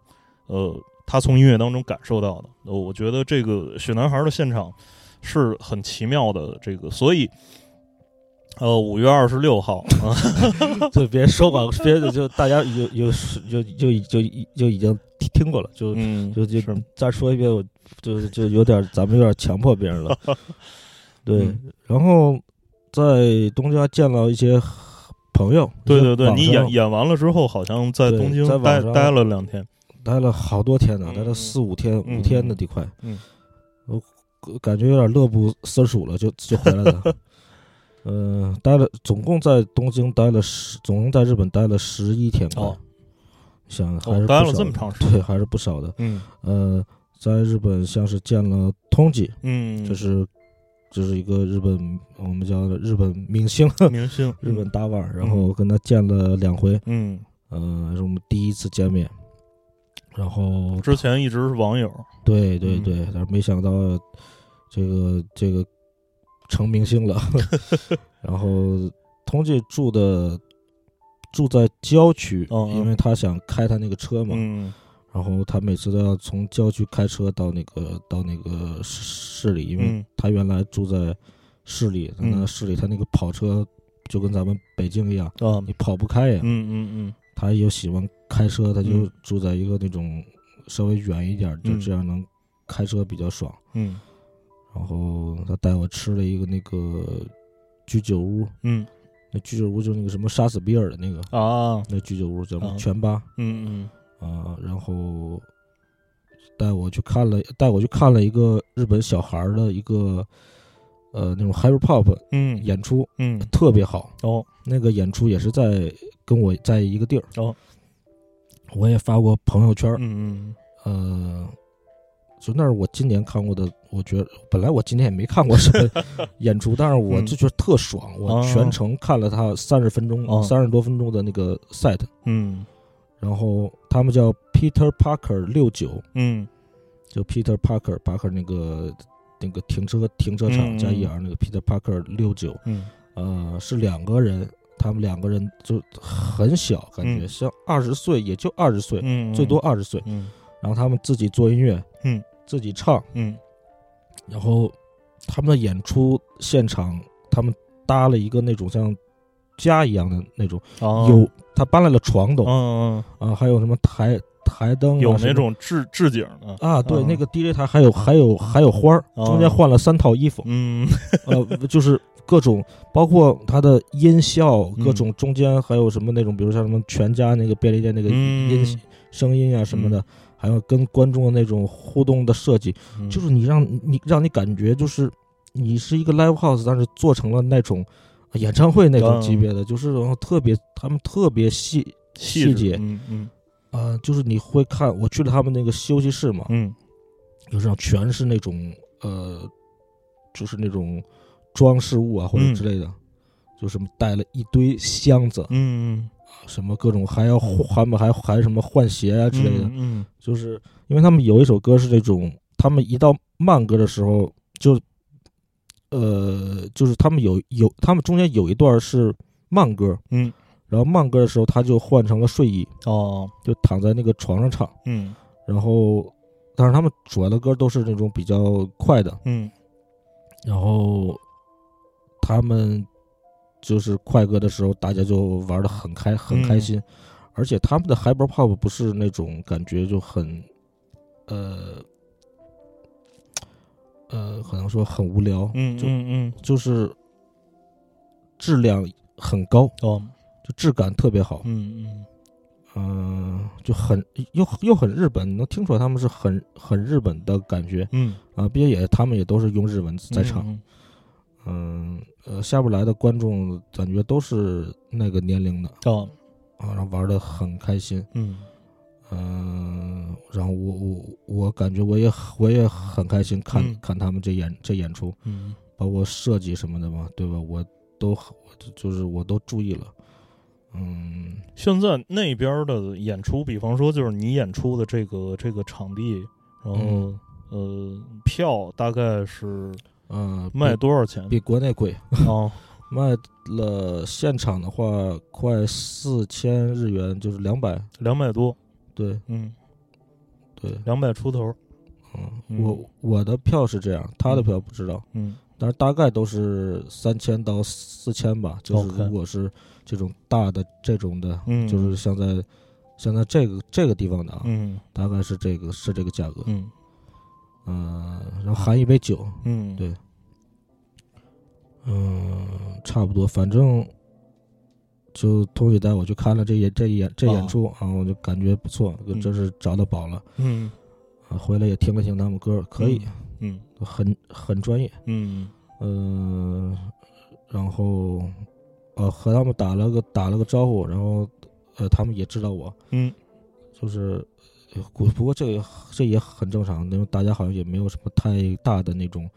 Speaker 3: 呃，他从音乐当中感受到的，呃我觉得这个雪男孩的现场是很奇妙的，这个所以。呃，五月二十六号啊，
Speaker 4: 对，别说吧，别的就大家有有就就就就已经听过了，就
Speaker 3: 嗯
Speaker 4: 就就是再说一遍，我就就有点儿咱们有点儿强迫别人 了。对，
Speaker 3: 嗯
Speaker 4: 然后在东京还见到一些朋友，
Speaker 3: 对
Speaker 4: 一些
Speaker 3: 对对，
Speaker 4: 网
Speaker 3: 你
Speaker 4: 上
Speaker 3: 演演完了之后，好像在
Speaker 4: 对
Speaker 3: 东京
Speaker 4: 在网
Speaker 3: 待
Speaker 4: 上
Speaker 3: 待了两天。
Speaker 4: 待了好多天呢、
Speaker 3: 嗯
Speaker 4: 待了四五天、
Speaker 3: 嗯
Speaker 4: 五天的地块，
Speaker 3: 嗯，
Speaker 4: 我感觉有点乐不思蜀了，就就回来 了。嗯、待了总共在东京待了十，总共在日本待了十一天吧，
Speaker 3: 哦
Speaker 4: 想还
Speaker 3: 我
Speaker 4: 是不
Speaker 3: 哦待了
Speaker 4: 少
Speaker 3: 这么
Speaker 4: 的
Speaker 3: 长时间
Speaker 4: 对，还是不少的。
Speaker 3: 嗯
Speaker 4: 呃，在日本像是见了通缉，
Speaker 3: 嗯，
Speaker 4: 这是这是一个日本我们叫日本明星，
Speaker 3: 明星，
Speaker 4: 日本大腕儿，然后跟他见了两回，
Speaker 3: 嗯，
Speaker 4: 呃，是我们第一次见面，然后
Speaker 3: 嗯之前一直是网友，
Speaker 4: 对对
Speaker 3: 嗯
Speaker 4: 对，但是没想到这个这个成明 星了，然后通济住的住在郊区，
Speaker 3: 嗯嗯
Speaker 4: 因为他想开他那个车嘛，
Speaker 3: 嗯
Speaker 4: 然后他每次都要从郊区开车到那个到那个市市里，因为
Speaker 3: 嗯
Speaker 4: 他原来住在市里，
Speaker 3: 嗯
Speaker 4: 那市里他那个跑车就跟咱们北京一样，
Speaker 3: 啊，
Speaker 4: 你跑不开呀。
Speaker 3: 嗯嗯
Speaker 4: 他又喜欢开车，他就
Speaker 3: 嗯
Speaker 4: 住在一个那种稍微远一点，就
Speaker 3: 嗯
Speaker 4: 这样能开车比较爽。
Speaker 3: 嗯
Speaker 4: 然后他带我吃了一个那个居酒屋，
Speaker 3: 嗯
Speaker 4: 那居酒屋就是那个什么杀死比尔的那个
Speaker 3: 嗯啊，
Speaker 4: 那居酒屋叫什么
Speaker 3: 啊
Speaker 4: 全吧。
Speaker 3: 嗯
Speaker 4: 啊，然后带我去看了，带我去看了一个日本小孩儿的一个呃那种 hyper pop
Speaker 3: 嗯嗯
Speaker 4: 演出，
Speaker 3: 嗯
Speaker 4: 特别好。
Speaker 3: 哦
Speaker 4: 那个演出也是在跟我在一个地儿
Speaker 3: 哦，
Speaker 4: 我也发过朋友圈儿，
Speaker 3: 嗯嗯
Speaker 4: 呃，就那是我今年看过的，我觉得本来我今年也没看过什 么演出，但是我
Speaker 3: 嗯
Speaker 4: 就觉得特爽，我
Speaker 3: 哦
Speaker 4: 全程看了他三十分
Speaker 3: 哦
Speaker 4: 钟、三十多分钟的那个 set，
Speaker 3: 嗯
Speaker 4: 然后他们叫 Peter Parker 六九，
Speaker 3: 嗯
Speaker 4: 就 Peter Parker Parker 那个那个停车停车
Speaker 3: 嗯
Speaker 4: 场
Speaker 3: 嗯
Speaker 4: 加 ER 那个 Peter Parker 六九，
Speaker 3: 嗯
Speaker 4: 呃，是两个人，他们两个人就很小，感觉
Speaker 3: 嗯
Speaker 4: 像二十岁，也就二十岁，
Speaker 3: 嗯，
Speaker 4: 最多二十岁。
Speaker 3: 嗯
Speaker 4: 然后他们自己做音乐，
Speaker 3: 嗯，
Speaker 4: 自己唱，
Speaker 3: 嗯
Speaker 4: 然后他们的演出现场，他们搭了一个那种像家一样的那种，
Speaker 3: 啊，
Speaker 4: 有他搬来了床都、
Speaker 3: 嗯
Speaker 4: 啊，还有什么台台灯、啊，
Speaker 3: 有
Speaker 4: 什么
Speaker 3: 那种置置景的
Speaker 4: 啊，对，
Speaker 3: 嗯
Speaker 4: 那个 DJ 台还有还有还有花儿，
Speaker 3: 哦
Speaker 4: 中间换了三套衣服，
Speaker 3: 嗯
Speaker 4: 呃，就是各种包括它的音效，
Speaker 3: 嗯
Speaker 4: 各种中间还有什么那种，比如像什么全家那个便利店那个
Speaker 3: 嗯
Speaker 4: 音声音啊什么的，还有跟观众的那种互动的设计，
Speaker 3: 嗯
Speaker 4: 就是你让你让你感觉就是你是一个 live house，但是做成了那种演唱会那种
Speaker 3: 嗯
Speaker 4: 级别的，就是然后特别他们特别细
Speaker 3: 细
Speaker 4: 细
Speaker 3: 致
Speaker 4: 节
Speaker 3: 嗯嗯
Speaker 4: 啊、就是你会看我去了他们那个休息室嘛，
Speaker 3: 嗯
Speaker 4: 就是上全是那种呃，就是那种装饰物啊或者之类的，就什么带了一堆箱子，
Speaker 3: 嗯
Speaker 4: 什么各种还要换还们还还什么换鞋啊
Speaker 3: 嗯
Speaker 4: 之类的，
Speaker 3: 嗯
Speaker 4: 就是因为他们有一首歌是那种，他们一到慢歌的时候就，呃，就是他们有有他们中间有一段是慢歌，
Speaker 3: 嗯，
Speaker 4: 然后慢歌的时候他就换成了睡衣，
Speaker 3: 哦
Speaker 4: 就躺在那个床上唱，
Speaker 3: 嗯
Speaker 4: 然后但是他们主要的歌都是那种比较快的，
Speaker 3: 嗯
Speaker 4: 然后他们就是快歌的时候，大家就玩的很开很
Speaker 3: 嗯
Speaker 4: 开心，而且他们的 hyper pop 不是那种感觉就很，呃，呃，可能说很无聊，
Speaker 3: 嗯
Speaker 4: 就
Speaker 3: 嗯嗯
Speaker 4: 就是质量很高，
Speaker 3: 哦
Speaker 4: 就质感特别好，
Speaker 3: 嗯嗯
Speaker 4: 嗯、就很又又很日本，能听出来他们是很很日本的感觉
Speaker 3: 嗯
Speaker 4: 啊，并且也他们也都是用日文在唱。
Speaker 3: 嗯
Speaker 4: 嗯，呃，下不来的观众感觉都是那个年龄的
Speaker 3: 嗯哦
Speaker 4: 啊，然后玩的很开心。
Speaker 3: 嗯
Speaker 4: 嗯，然后我我我感觉我也我也很开心看、
Speaker 3: 嗯
Speaker 4: 看他们这演这演出，
Speaker 3: 嗯
Speaker 4: 包括设计什么的嘛，对吧？我都我就就是我都注意了。嗯，
Speaker 3: 现在那边的演出，比方说就是你演出的这个这个场地，然
Speaker 4: 嗯
Speaker 3: 后、呃票大概是
Speaker 4: 呃，
Speaker 3: 卖
Speaker 4: 比
Speaker 3: 多少钱？
Speaker 4: 比国内贵，
Speaker 3: 哦
Speaker 4: 卖了现场的话快四千日元，就是两百。
Speaker 3: 两百多，
Speaker 4: 对
Speaker 3: 嗯，
Speaker 4: 对，
Speaker 3: 两百出头，
Speaker 4: 嗯，我我的票是这样，他的票不知道。
Speaker 3: 嗯
Speaker 4: 但是大概都是三千到四千吧，就是
Speaker 3: OK
Speaker 4: 如果是这种大的这种的，
Speaker 3: 嗯，
Speaker 4: 就是像在像在这个这个地方的啊，
Speaker 3: 嗯
Speaker 4: 大概是这个是这个价格，
Speaker 3: 嗯
Speaker 4: 嗯、然后含一杯酒，
Speaker 3: 嗯，
Speaker 4: 对嗯、差不多，反正就同学带我去看了这演这演这演出啊，我就感觉不错，
Speaker 3: 哦嗯
Speaker 4: 真是找到宝了，
Speaker 3: 嗯
Speaker 4: 啊回来也听了听他们歌，可以，
Speaker 3: 嗯
Speaker 4: 很很专业，
Speaker 3: 嗯
Speaker 4: 嗯，然后呃和他们打了个打了个招呼，然后呃他们也知道我，
Speaker 3: 嗯
Speaker 4: 就是呃不不过这个也这也很正常，因为大家好像也没有什么太大的那种，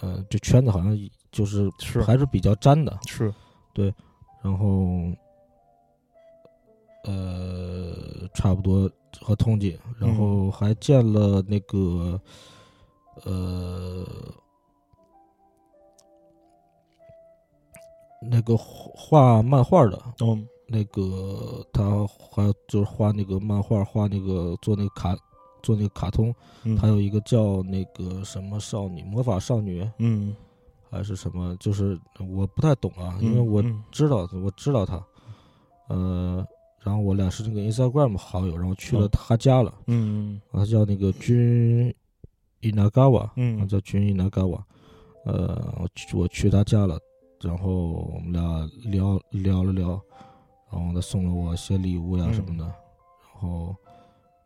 Speaker 4: 呃，这圈子好像就是
Speaker 3: 是
Speaker 4: 还是比较粘的，
Speaker 3: 是，
Speaker 4: 然后呃差不多和通缉，然后还见了那个呃那个画画漫画的
Speaker 3: 嗯
Speaker 4: 那个他还有就是画那个漫画，画那个做那个卡做那个卡通，
Speaker 3: 嗯，
Speaker 4: 还有一个叫那个什么少女魔法少女
Speaker 3: 嗯，
Speaker 4: 还是什么，就是我不太懂啊，因为我
Speaker 3: 嗯
Speaker 4: 知道，我知道他，呃，然后我俩是那个 Instagram 好友，然后去了
Speaker 3: 哦
Speaker 4: 他家了，
Speaker 3: 嗯
Speaker 4: 啊，他叫那个君伊纳嘎瓦，啊
Speaker 3: 嗯
Speaker 4: 叫君伊纳嘎瓦，呃，我去我去他家了，然后我们俩聊聊了聊，然后他送了我些礼物呀
Speaker 3: 嗯
Speaker 4: 什么的，然后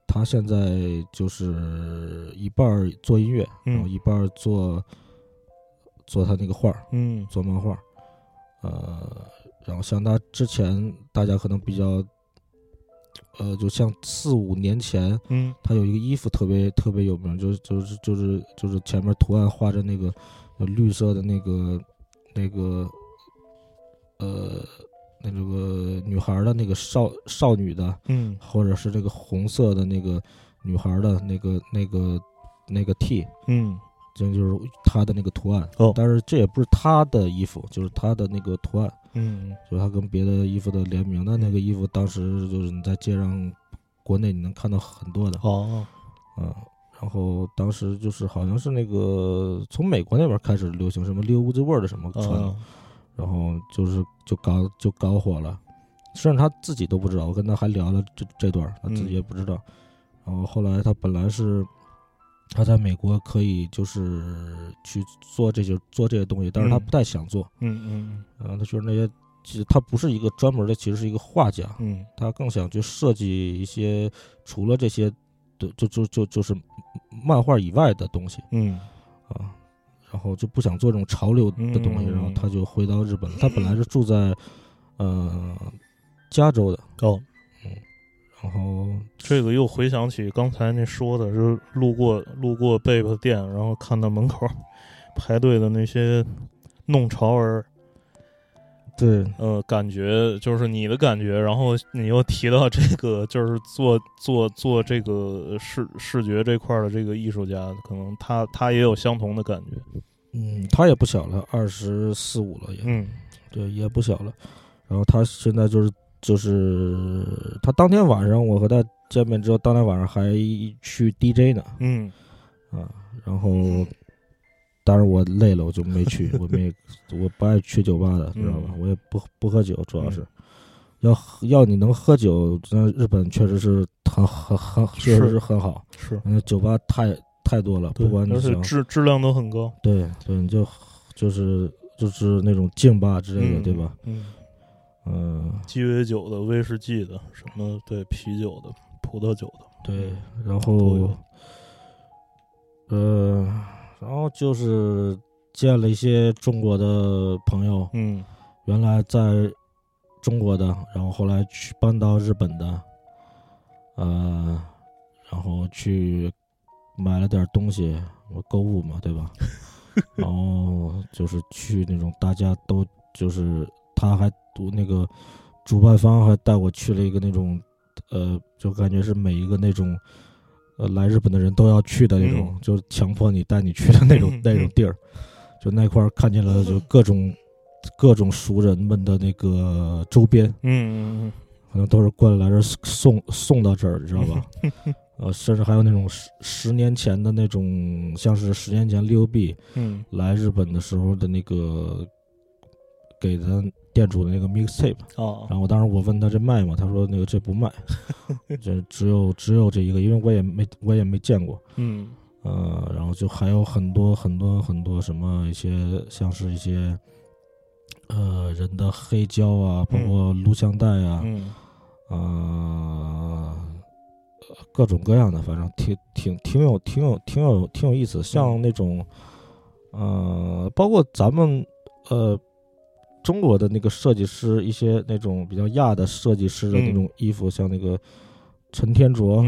Speaker 4: 他现在就是一半儿做音乐，
Speaker 3: 嗯
Speaker 4: 然后一半儿做做他那个画儿，
Speaker 3: 嗯
Speaker 4: 做漫画，呃，然后像他之前，大家可能比较，呃，就像四五年前，
Speaker 3: 嗯
Speaker 4: 他有一个衣服特别特别有名，就是就是就是就是前面图案画着那个呃绿色的那个那个呃那这个女孩的那个少少女的，
Speaker 3: 嗯
Speaker 4: 或者是这个红色的那个女孩的那个那个那个 T，
Speaker 3: 嗯
Speaker 4: 这就是他的那个图案。
Speaker 3: 哦
Speaker 4: 但是这也不是他的衣服，就是他的那个图案，
Speaker 3: 嗯
Speaker 4: 就是他跟别的衣服的联名的那个衣服，当时就是你在街上，国内你能看到很多的，
Speaker 3: 哦
Speaker 4: 嗯。然后当时就是好像是那个从美国那边开始流行什么 Live the World 什么穿的，
Speaker 3: 哦
Speaker 4: 然后就是就搞就搞火了，甚至他自己都不知道。我跟他还聊了这这段儿，他自己也不知道。然后后来他本来是他在美国可以就是去做这些做这些东西，但是他
Speaker 3: 嗯
Speaker 4: 不太想做。
Speaker 3: 嗯嗯
Speaker 4: 嗯、他觉得那些其实他不是一个专门的，其实是一个画家，
Speaker 3: 嗯
Speaker 4: 他更想去设计一些除了这些对，就就就就是漫画以外的东西
Speaker 3: 嗯
Speaker 4: 啊，然后就不想做这种潮流的东西，
Speaker 3: 嗯
Speaker 4: 然后他就回到日本了。他本来是住在呃加州的，
Speaker 3: 哦，
Speaker 4: 然后
Speaker 3: 这个又回想起刚才那说的，就是路过路过贝贝店，然后看到门口排队的那些弄潮儿，
Speaker 4: 对
Speaker 3: 呃，感觉就是你的感觉，然后你又提到这个，就是做 做做这个视视觉这块儿的这个艺术家，可能他他也有相同的感觉。
Speaker 4: 嗯，他也不小了，二十四五了也，
Speaker 3: 嗯
Speaker 4: 对，也不小了。然后他现在就是就是他当天晚上我和他见面之后，当天晚上还去 DJ 呢
Speaker 3: 嗯
Speaker 4: 啊，然后当然我累了，我就 没去，我没我不爱去酒吧的，知道吧？
Speaker 3: 嗯
Speaker 4: 我也不不喝酒，主要是。
Speaker 3: 嗯
Speaker 4: 要喝要你能喝酒，那日本确实是很很很确实
Speaker 3: 是
Speaker 4: 是很好，
Speaker 3: 是，
Speaker 4: 因为酒吧太太多了，不
Speaker 3: 对
Speaker 4: 管你
Speaker 3: 而且
Speaker 4: 想
Speaker 3: 质质量都很高。
Speaker 4: 对对，你就就是就是那种劲霸之类的，
Speaker 3: 嗯
Speaker 4: 对吧？？
Speaker 3: 嗯，
Speaker 4: 嗯，
Speaker 3: 鸡尾酒的、威士忌的，什么对啤酒的、葡萄酒的，
Speaker 4: 对，然
Speaker 3: 都
Speaker 4: 后
Speaker 3: 有，
Speaker 4: 呃，然后就是见了一些中国的朋友，
Speaker 3: 嗯
Speaker 4: 原来在中国的，然后后来去搬到日本的，呃，然后去买了点东西，我购物嘛，对吧？然后就是去那种大家都就是他还读那个主办方还带我去了一个那种呃，就感觉是每一个那种呃来日本的人都要去的那种，
Speaker 3: 嗯
Speaker 4: 就是强迫你带你去的那种、
Speaker 3: 嗯
Speaker 4: 那种地儿，就那块儿看见了就各种各种熟人们的那个周边，
Speaker 3: 嗯嗯
Speaker 4: 可能都是过来来这儿送送到这儿，你知道 吧？呃，甚至还有那种十十年前的那种，像是十年前六 B
Speaker 3: 嗯
Speaker 4: 来日本的时候的那个给他店主的那个 mixtape，
Speaker 3: 嗯，哦，
Speaker 4: 然后我当时我问他这卖吗？他说那个这 不卖，这只有只有这一个，因为我也没我也没见过。
Speaker 3: 嗯
Speaker 4: 呃，然后就还有很多很多很多什么一些像是一些呃人的黑胶啊，包括录像带啊，
Speaker 3: 嗯
Speaker 4: 呃，各种各样的，反正挺挺挺有挺有挺有挺有意思。
Speaker 3: 嗯
Speaker 4: 像那种，呃，包括咱们呃中国的那个设计师，一些那种比较亚的设计师的那
Speaker 3: 嗯
Speaker 4: 种衣服，像那个陈天卓啊、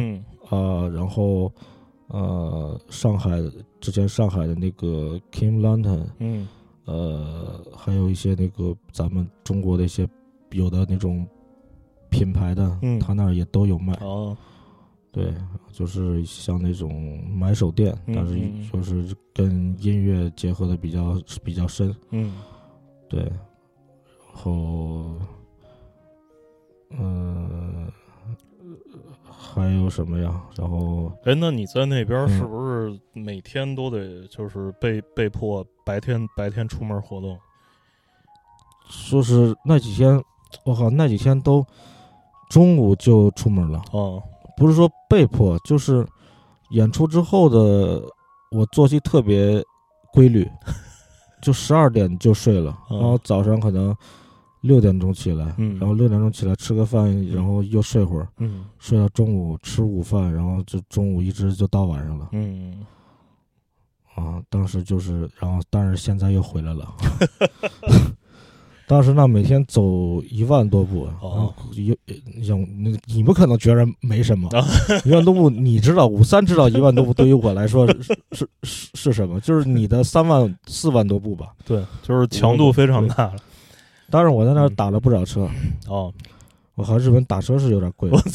Speaker 3: 嗯
Speaker 4: 然后呃上海之前上海的那个 Kim Lantern，
Speaker 3: 嗯
Speaker 4: 呃，还有一些那个咱们中国的一些有的那种品牌的，
Speaker 3: 嗯
Speaker 4: 他那儿也都有卖。
Speaker 3: 哦，
Speaker 4: 对，就是像那种买手店，
Speaker 3: 嗯
Speaker 4: 但是
Speaker 3: 嗯嗯
Speaker 4: 就是跟音乐结合的比较比较深。
Speaker 3: 嗯
Speaker 4: 对，然后，嗯、还有什么呀？然后
Speaker 3: 哎，那你在那边
Speaker 4: 嗯
Speaker 3: 是不是每天都得就是被被迫白天白天出门活动？
Speaker 4: 就是那几天，我靠，那几天都中午就出门了。
Speaker 3: 哦，
Speaker 4: 不是说被迫，就是演出之后的我作息特别 规律，就十二点就睡了，
Speaker 3: 嗯
Speaker 4: 然后早上可能六点钟起来，
Speaker 3: 嗯
Speaker 4: 然后六点钟起来吃个饭，然后又睡会儿，
Speaker 3: 嗯
Speaker 4: 睡到中午吃午饭，然后就中午一直就到晚上了
Speaker 3: 嗯，
Speaker 4: 啊！当时就是，然后但是现在又回来了。啊 当时呢，每天走一万多步，啊
Speaker 3: 哦
Speaker 4: 有你想，那个你们可能觉得没什么，
Speaker 3: 啊
Speaker 4: 一万多步，你知道五三知道一万多步对于我来说是是是是什么？就是你的三万四万多步吧。
Speaker 3: 对，就是强度非常大了。
Speaker 4: 当然我在那儿打了不少车，
Speaker 3: 哦，
Speaker 4: 我靠，日本打车是有点贵。
Speaker 3: 我
Speaker 4: 我嗯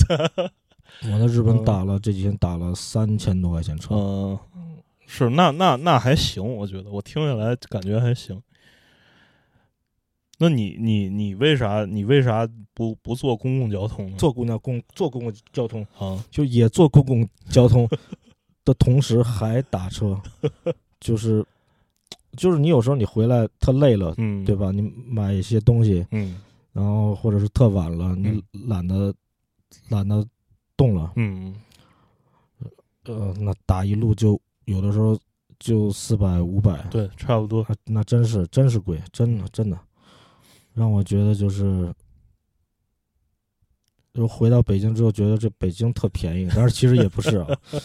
Speaker 3: 操，
Speaker 4: 在日本打了这几天打了三千多块钱车，
Speaker 3: 嗯，是那那那还行，我觉得我听下来感觉还行。那你你你为啥你为啥不不坐公共交通呢？
Speaker 4: 坐公交公坐公共交通，
Speaker 3: 啊，
Speaker 4: 就也坐公共交通的同时还打车，就是就是你有时候你回来特累了，
Speaker 3: 嗯，
Speaker 4: 对？吧？你买一些东西，
Speaker 3: 嗯
Speaker 4: 然后或者是特晚了，你懒得懒得动了，
Speaker 3: 嗯
Speaker 4: 呃，那打一路就有的时候就四百五百，
Speaker 3: 对，差不多。
Speaker 4: 那那真是真是贵，真的真的，让我觉得就是就回到北京之后，觉得这北京特便宜，但是其实也不是啊。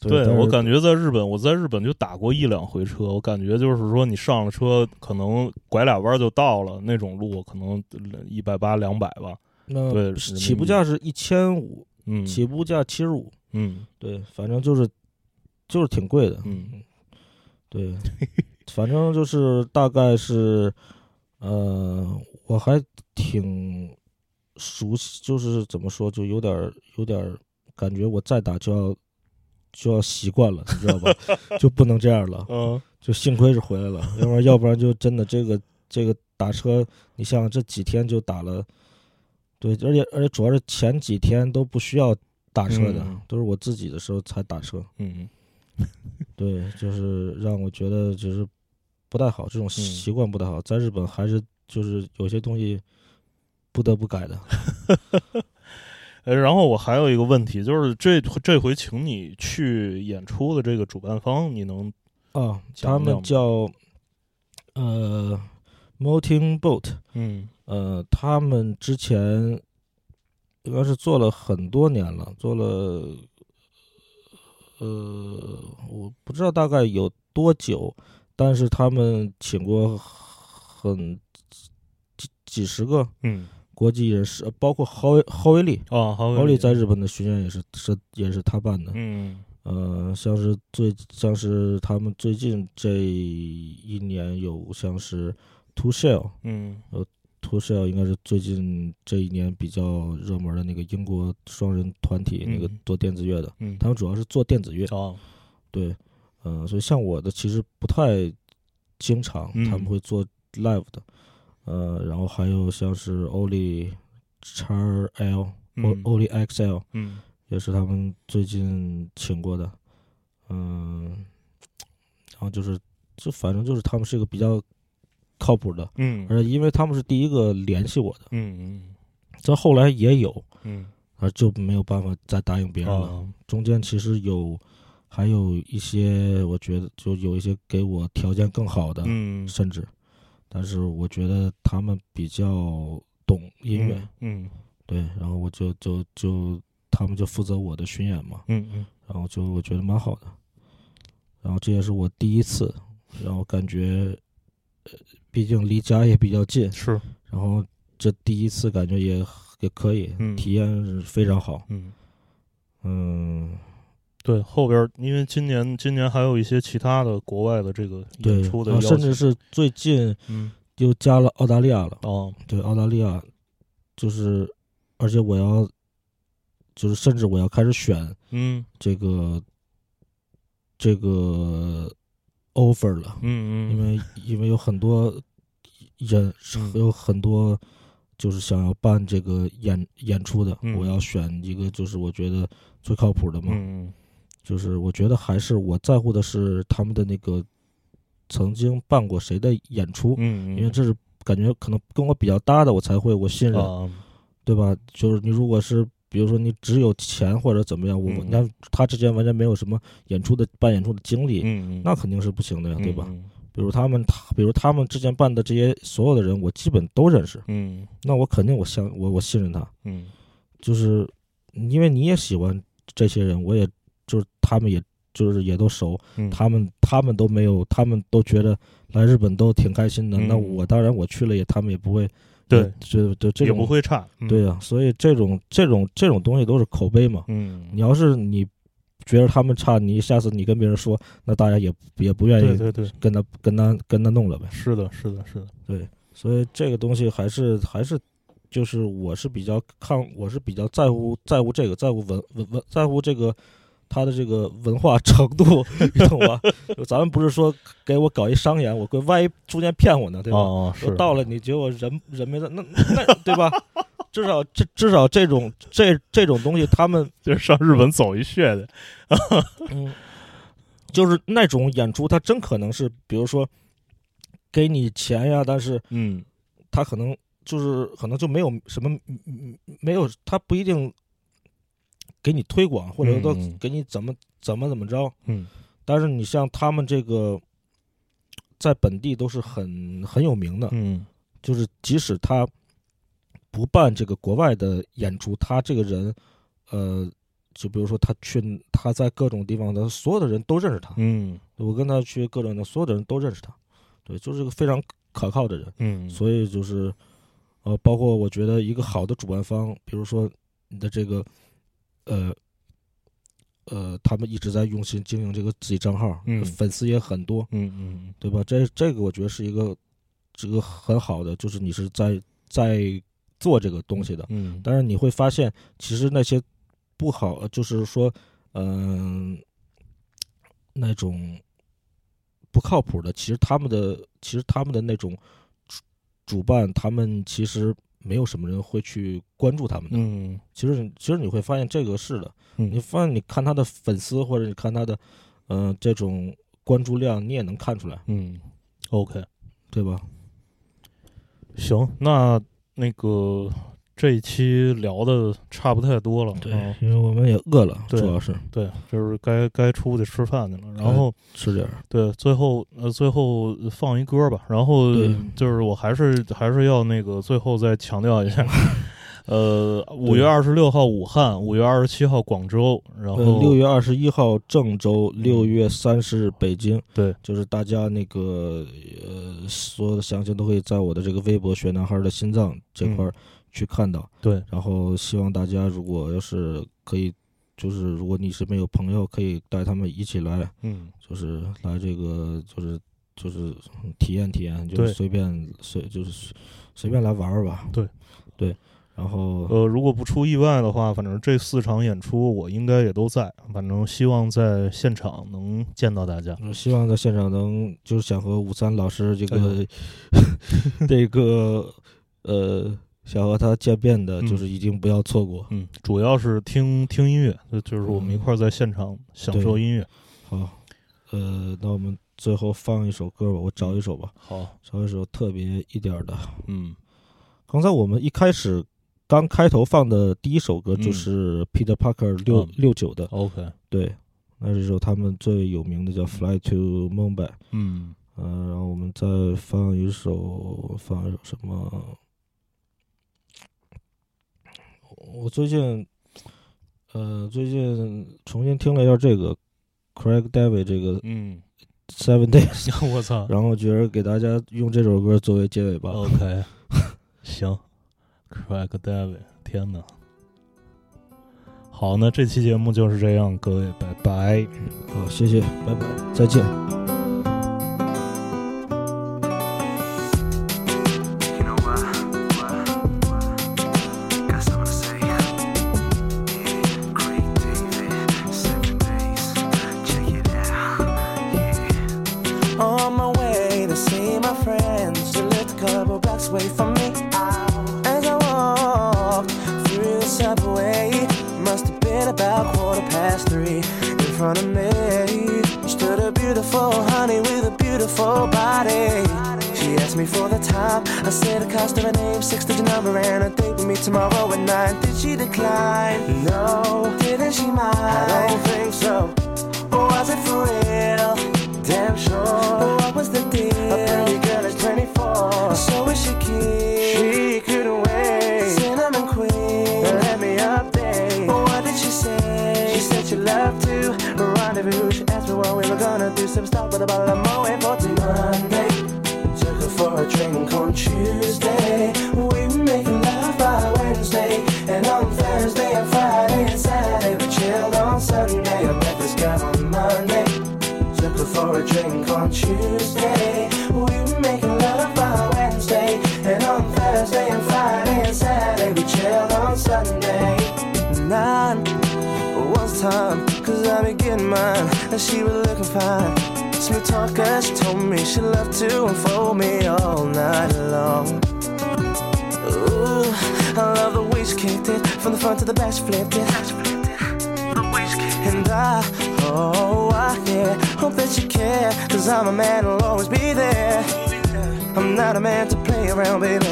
Speaker 3: 对
Speaker 4: 但是
Speaker 3: 我感觉在日本，我在日本就打过一两回车，我感觉就是说你上了车，可能拐俩弯就到了那种路，可能一百八两百吧。
Speaker 4: 那
Speaker 3: 对人
Speaker 4: 是
Speaker 3: 民
Speaker 4: 起步
Speaker 3: 币
Speaker 4: 价是一千五，
Speaker 3: 嗯
Speaker 4: 起步价七十五，
Speaker 3: 嗯
Speaker 4: 对，反正就是就是挺贵的，
Speaker 3: 嗯
Speaker 4: 对，反正就是大概是，呃，我还挺熟悉，就是怎么说，就有点儿有点儿感觉，我再打就要就要习惯了，你知道吧？ 就不能这样了，
Speaker 3: 嗯
Speaker 4: 就幸亏是回来了，要不然要不然就真的这个这个打车，你想想这几天就打了，对，而且而且主要是前几天都不需要打车的，
Speaker 3: 嗯
Speaker 4: 都是我自己的时候才打车，
Speaker 3: 嗯
Speaker 4: 对，就是让我觉得就是不太好，这种习惯不太好，在日本还是就是有些东西不得不改的，
Speaker 3: 哎，然后我还有一个问题，就是这这回请你去演出的这个主办方，你能
Speaker 4: 啊，
Speaker 3: 讲
Speaker 4: 他
Speaker 3: 讲
Speaker 4: 们
Speaker 3: 吧
Speaker 4: 叫呃 Mountain Boat，
Speaker 3: 嗯
Speaker 4: 呃，他们之前应该是做了很多年了，做了呃，我不知道大概有多久，但是他们请过很几几十个
Speaker 3: 嗯
Speaker 4: 国际人士，呃包括郝威郝威利，
Speaker 3: 哦，好
Speaker 4: 郝威利在日本的巡演也是是也是他办的，
Speaker 3: 嗯
Speaker 4: 呃，像是最像是他们最近这一年有像是 To Shell。
Speaker 3: 嗯
Speaker 4: To Shell 应该是最近这一年比较热门的那个英国双人团体，
Speaker 3: 嗯
Speaker 4: 那个做电子乐的，
Speaker 3: 嗯，
Speaker 4: 他们主要是做电子乐，
Speaker 3: 哦
Speaker 4: 对，嗯、所以像我的其实不太经常
Speaker 3: 嗯
Speaker 4: 他们会做 live 的，呃，然后还有像是 Oli X L、
Speaker 3: 嗯
Speaker 4: Oli XL
Speaker 3: 嗯
Speaker 4: 也是他们最近请过的，嗯、然后就是就反正就是他们是一个比较靠谱的，
Speaker 3: 嗯嗯
Speaker 4: 而且因为他们是第一个联系我的。
Speaker 3: 嗯
Speaker 4: 这后来也有，
Speaker 3: 嗯
Speaker 4: 而就没有办法再答应别人了。
Speaker 3: 哦
Speaker 4: 中间其实有，还有一些我觉得就有一些给我条件更好的，
Speaker 3: 嗯
Speaker 4: 甚至，但是我觉得他们比较懂音乐，
Speaker 3: 嗯
Speaker 4: 对，然后我就就就他们就负责我的巡演嘛，
Speaker 3: 嗯嗯
Speaker 4: 然后就我觉得蛮好的，然后这也是我第一次，然后感觉，呃，毕竟离家也比较近，
Speaker 3: 是
Speaker 4: 然后这第一次感觉也也可以，
Speaker 3: 嗯
Speaker 4: 体验是非常好。
Speaker 3: 嗯。
Speaker 4: 嗯，
Speaker 3: 对，后边儿因为今年今年还有一些其他的国外的这个
Speaker 4: 对
Speaker 3: 演，出的
Speaker 4: 啊
Speaker 3: 邀请，
Speaker 4: 甚至是最近
Speaker 3: 嗯
Speaker 4: 又加了澳大利亚了。
Speaker 3: 哦
Speaker 4: 对，澳大利亚就是，而且我要就是，甚至我要开始选
Speaker 3: 嗯
Speaker 4: 这个这个 offer 了，
Speaker 3: 嗯嗯，
Speaker 4: 因为因为有很多人
Speaker 3: 嗯
Speaker 4: 有很多。就是想要办这个演演出的，
Speaker 3: 嗯
Speaker 4: 我要选一个就是我觉得最靠谱的嘛。
Speaker 3: 嗯
Speaker 4: 就是我觉得还是我在乎的是他们的那个曾经办过谁的演出，
Speaker 3: 嗯，
Speaker 4: 因为这是感觉可能跟我比较搭的，我才会我信任，
Speaker 3: 啊
Speaker 4: 对吧？就是你如果是比如说你只有钱或者怎么样，我
Speaker 3: 嗯
Speaker 4: 你看他之前完全没有什么演出的办演出的经历，
Speaker 3: 嗯
Speaker 4: 那肯定是不行的呀，对吧？
Speaker 3: 嗯
Speaker 4: 比如他们他比如他们之前办的这些所有的人，我基本都认识，
Speaker 3: 嗯
Speaker 4: 那我肯定我相我我信任他，
Speaker 3: 嗯
Speaker 4: 就是因为你也喜欢这些人，我也就是他们也就是也都熟，
Speaker 3: 嗯，
Speaker 4: 他们他们都没有，他们都觉得来日本都挺开心的。
Speaker 3: 嗯
Speaker 4: 那我当然我去了也，他们也不会
Speaker 3: 对，
Speaker 4: 就就这
Speaker 3: 也
Speaker 4: 种
Speaker 3: 不会嗯差，
Speaker 4: 对呀、所以这种这种这种东西都是口碑嘛。
Speaker 3: 嗯，
Speaker 4: 你要是你觉得他们差，你下次你跟别人说，那大家也也不愿
Speaker 3: 对
Speaker 4: 意
Speaker 3: 对对，
Speaker 4: 跟他跟他跟他弄了呗。
Speaker 3: 是的，是的，是的，
Speaker 4: 所以这个东西还是还是就是我是比较看，我是比较在乎在乎这个，在乎文文文在乎这个他的这个文化程度，你懂吧？就咱们不是说给我搞一商演，我会万一中间骗我呢，对吧？
Speaker 3: 哦是
Speaker 4: 我到了你结果人人没在，那那对吧？至少这至少这种这这种东西，他们
Speaker 3: 就是上日本走一血的，
Speaker 4: 嗯，就是那种演出，他真可能是，比如说给你钱呀，但是
Speaker 3: 嗯
Speaker 4: 他可能就是可能就没有什么嗯嗯没有，他不一定给你推广，或者说
Speaker 3: 嗯嗯
Speaker 4: 给你怎么怎么怎么着。
Speaker 3: 嗯
Speaker 4: 但是你像他们这个在本地都是很很有名的，
Speaker 3: 嗯
Speaker 4: 就是即使他不办这个国外的演出，他这个人，呃，就比如说他去他在各种地方的所有的人都认识他，
Speaker 3: 嗯
Speaker 4: 我跟他去各种的所有的人都认识他，对，就是个非常可靠的人。
Speaker 3: 嗯，
Speaker 4: 所以就是，呃，包括我觉得一个好的主办方，比如说你的这个，呃，呃，他们一直在用心经营这个自己账号，
Speaker 3: 嗯
Speaker 4: 粉丝也很多，
Speaker 3: 嗯嗯
Speaker 4: 对吧？这这个我觉得是一个这个很好的，就是你是在在做这个东西的，
Speaker 3: 嗯，
Speaker 4: 但是你会发现，其实那些不好，呃就是说，嗯、那种不靠谱的，其实他们的，其实他们的那种主主办，他们其实没有什么人会去关注他们的。
Speaker 3: 嗯
Speaker 4: 其实你，其实你会发现这个是的，
Speaker 3: 嗯
Speaker 4: 你发现你看他的粉丝或者你看他的，嗯、这种关注量，你也能看出来，
Speaker 3: 嗯，OK，
Speaker 4: 对吧？
Speaker 3: 行，那那个这一期聊的差不太多了，嗯
Speaker 4: 因为我们也饿了，
Speaker 3: 对
Speaker 4: 主要是
Speaker 3: 对，就是该该出去吃饭去了，然后。
Speaker 4: 吃点儿，
Speaker 3: 对，最后呃，最后呃放一歌吧。然后
Speaker 4: 对
Speaker 3: 就是我还是还是要那个最后再强调 一下，呃，五月二十六号武汉，五月二十七号广州，然后嗯
Speaker 4: 呃，六月二十一号郑州，六月三十日北京。
Speaker 3: 对，
Speaker 4: 就是大家那个呃，所有的详情都可以在我的这个微博“雪男孩的心脏”这块
Speaker 3: 嗯
Speaker 4: 儿去看到。
Speaker 3: 对，
Speaker 4: 然后希望大家如果要是可以，就是如果你身边有朋友，可以带他们一起来，
Speaker 3: 嗯，
Speaker 4: 就是来这个就是就是体验体验，就
Speaker 3: 对
Speaker 4: 是随便随就是随随便来玩玩吧。
Speaker 3: 对
Speaker 4: 对，然后
Speaker 3: 呃，如果不出意外的话，反正这四场演出我应该也都在，反正希望在现场能见到大家。
Speaker 4: 我希望在现场能，就是想和武三老师这
Speaker 3: 哎
Speaker 4: 个、 这个呃，想和他见面的，
Speaker 3: 嗯
Speaker 4: 就是一定不要错过。
Speaker 3: 嗯，主要是听听音乐，就就是我们一块儿在现场享受音乐。
Speaker 4: 好，呃，那我们最后放一首歌吧，我找一首吧，
Speaker 3: 好，
Speaker 4: 找一首特别一点儿的。
Speaker 3: 嗯
Speaker 4: 刚才我们一开始刚开头放的第一首歌就
Speaker 3: 嗯
Speaker 4: 是 Peter Parker 六
Speaker 3: 嗯
Speaker 4: 六九的，
Speaker 3: ，OK，
Speaker 4: 对，那是一首他们最有名的叫《Fly to Mumbai》。
Speaker 3: 嗯
Speaker 4: 嗯、然后我们再放一首，放一首什么？我最近，呃，最近重新听了一下这个 Craig David 这个
Speaker 3: 嗯，
Speaker 4: Seven Days，
Speaker 3: 我操
Speaker 4: 然后觉得给大家用这首歌作为结尾吧。
Speaker 3: OK，行，Craig David，天哪！好，那这期节目就是这样，各位，拜拜。
Speaker 4: 好，谢谢，拜拜，再见。
Speaker 2: You know what? Got something to say. Yeah, Craig David, seven days. Check it out. Yeah.
Speaker 6: On my way to see my friends, she lived a couple blocks away from me. As I walked through the subway, must have been about quarter past three. In front of me stood a beautiful honey with a beautiful body. She asked me for the time. I said the cost of her name, six-digit number, and a date with me tomorrow at nine. Did she decline? No. Didn't she mind? I don't think so. Was it for real? Damn sure. What was the deal? A pretty girl is 24. So is she cute? She couldn't wait. Cinnamon queen. Let me update. What did she say? She said she loved to rendezvous. She asked me what we were gonna do. Some stuff with a bottle of Moet for till Monday. Took her for a drink on Tuesday. We were making love by Wednesday. And on Thursday and Friday and Saturday, we chilled on Sunday. I met this guy on Monday. Took her for a drink on Tuesday. We were making love by Wednesday. And on Thursday and Friday and Saturday, we chilled on Sunday. Nine was time, cause I be getting mine, and she was looking fine. Smooth talker, she told me she loved to unfold me all night long. Ooh, I love the way she kicked it from the front to the back, she flipped it. And I, oh, I, yeah, hope that you care, cause I'm a man, I'll always be there. I'm not a man to play around, baby.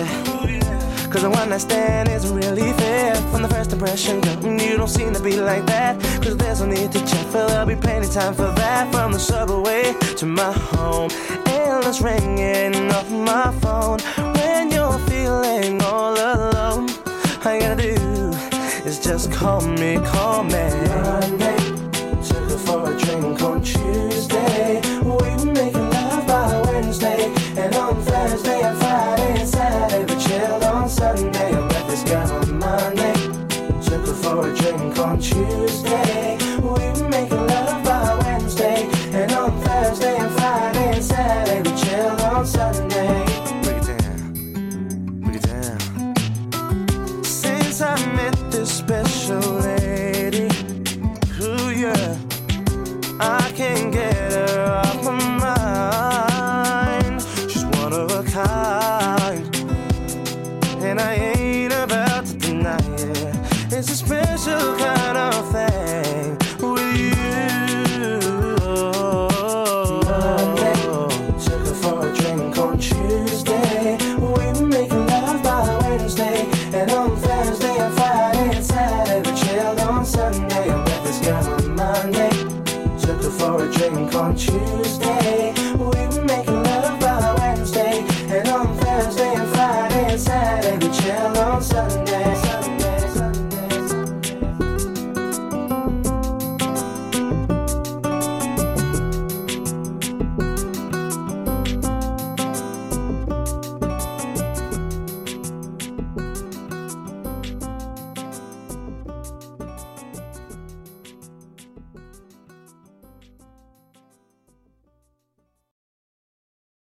Speaker 6: Cause the one I stand isn't really fair. From the first impression, girl, mm, you don't seem to be like that. Cause there's no need to check, for there'll be plenty time for that. From the subway to my home, endless ringing off my phone. When you're feeling all alone, just call me, call me.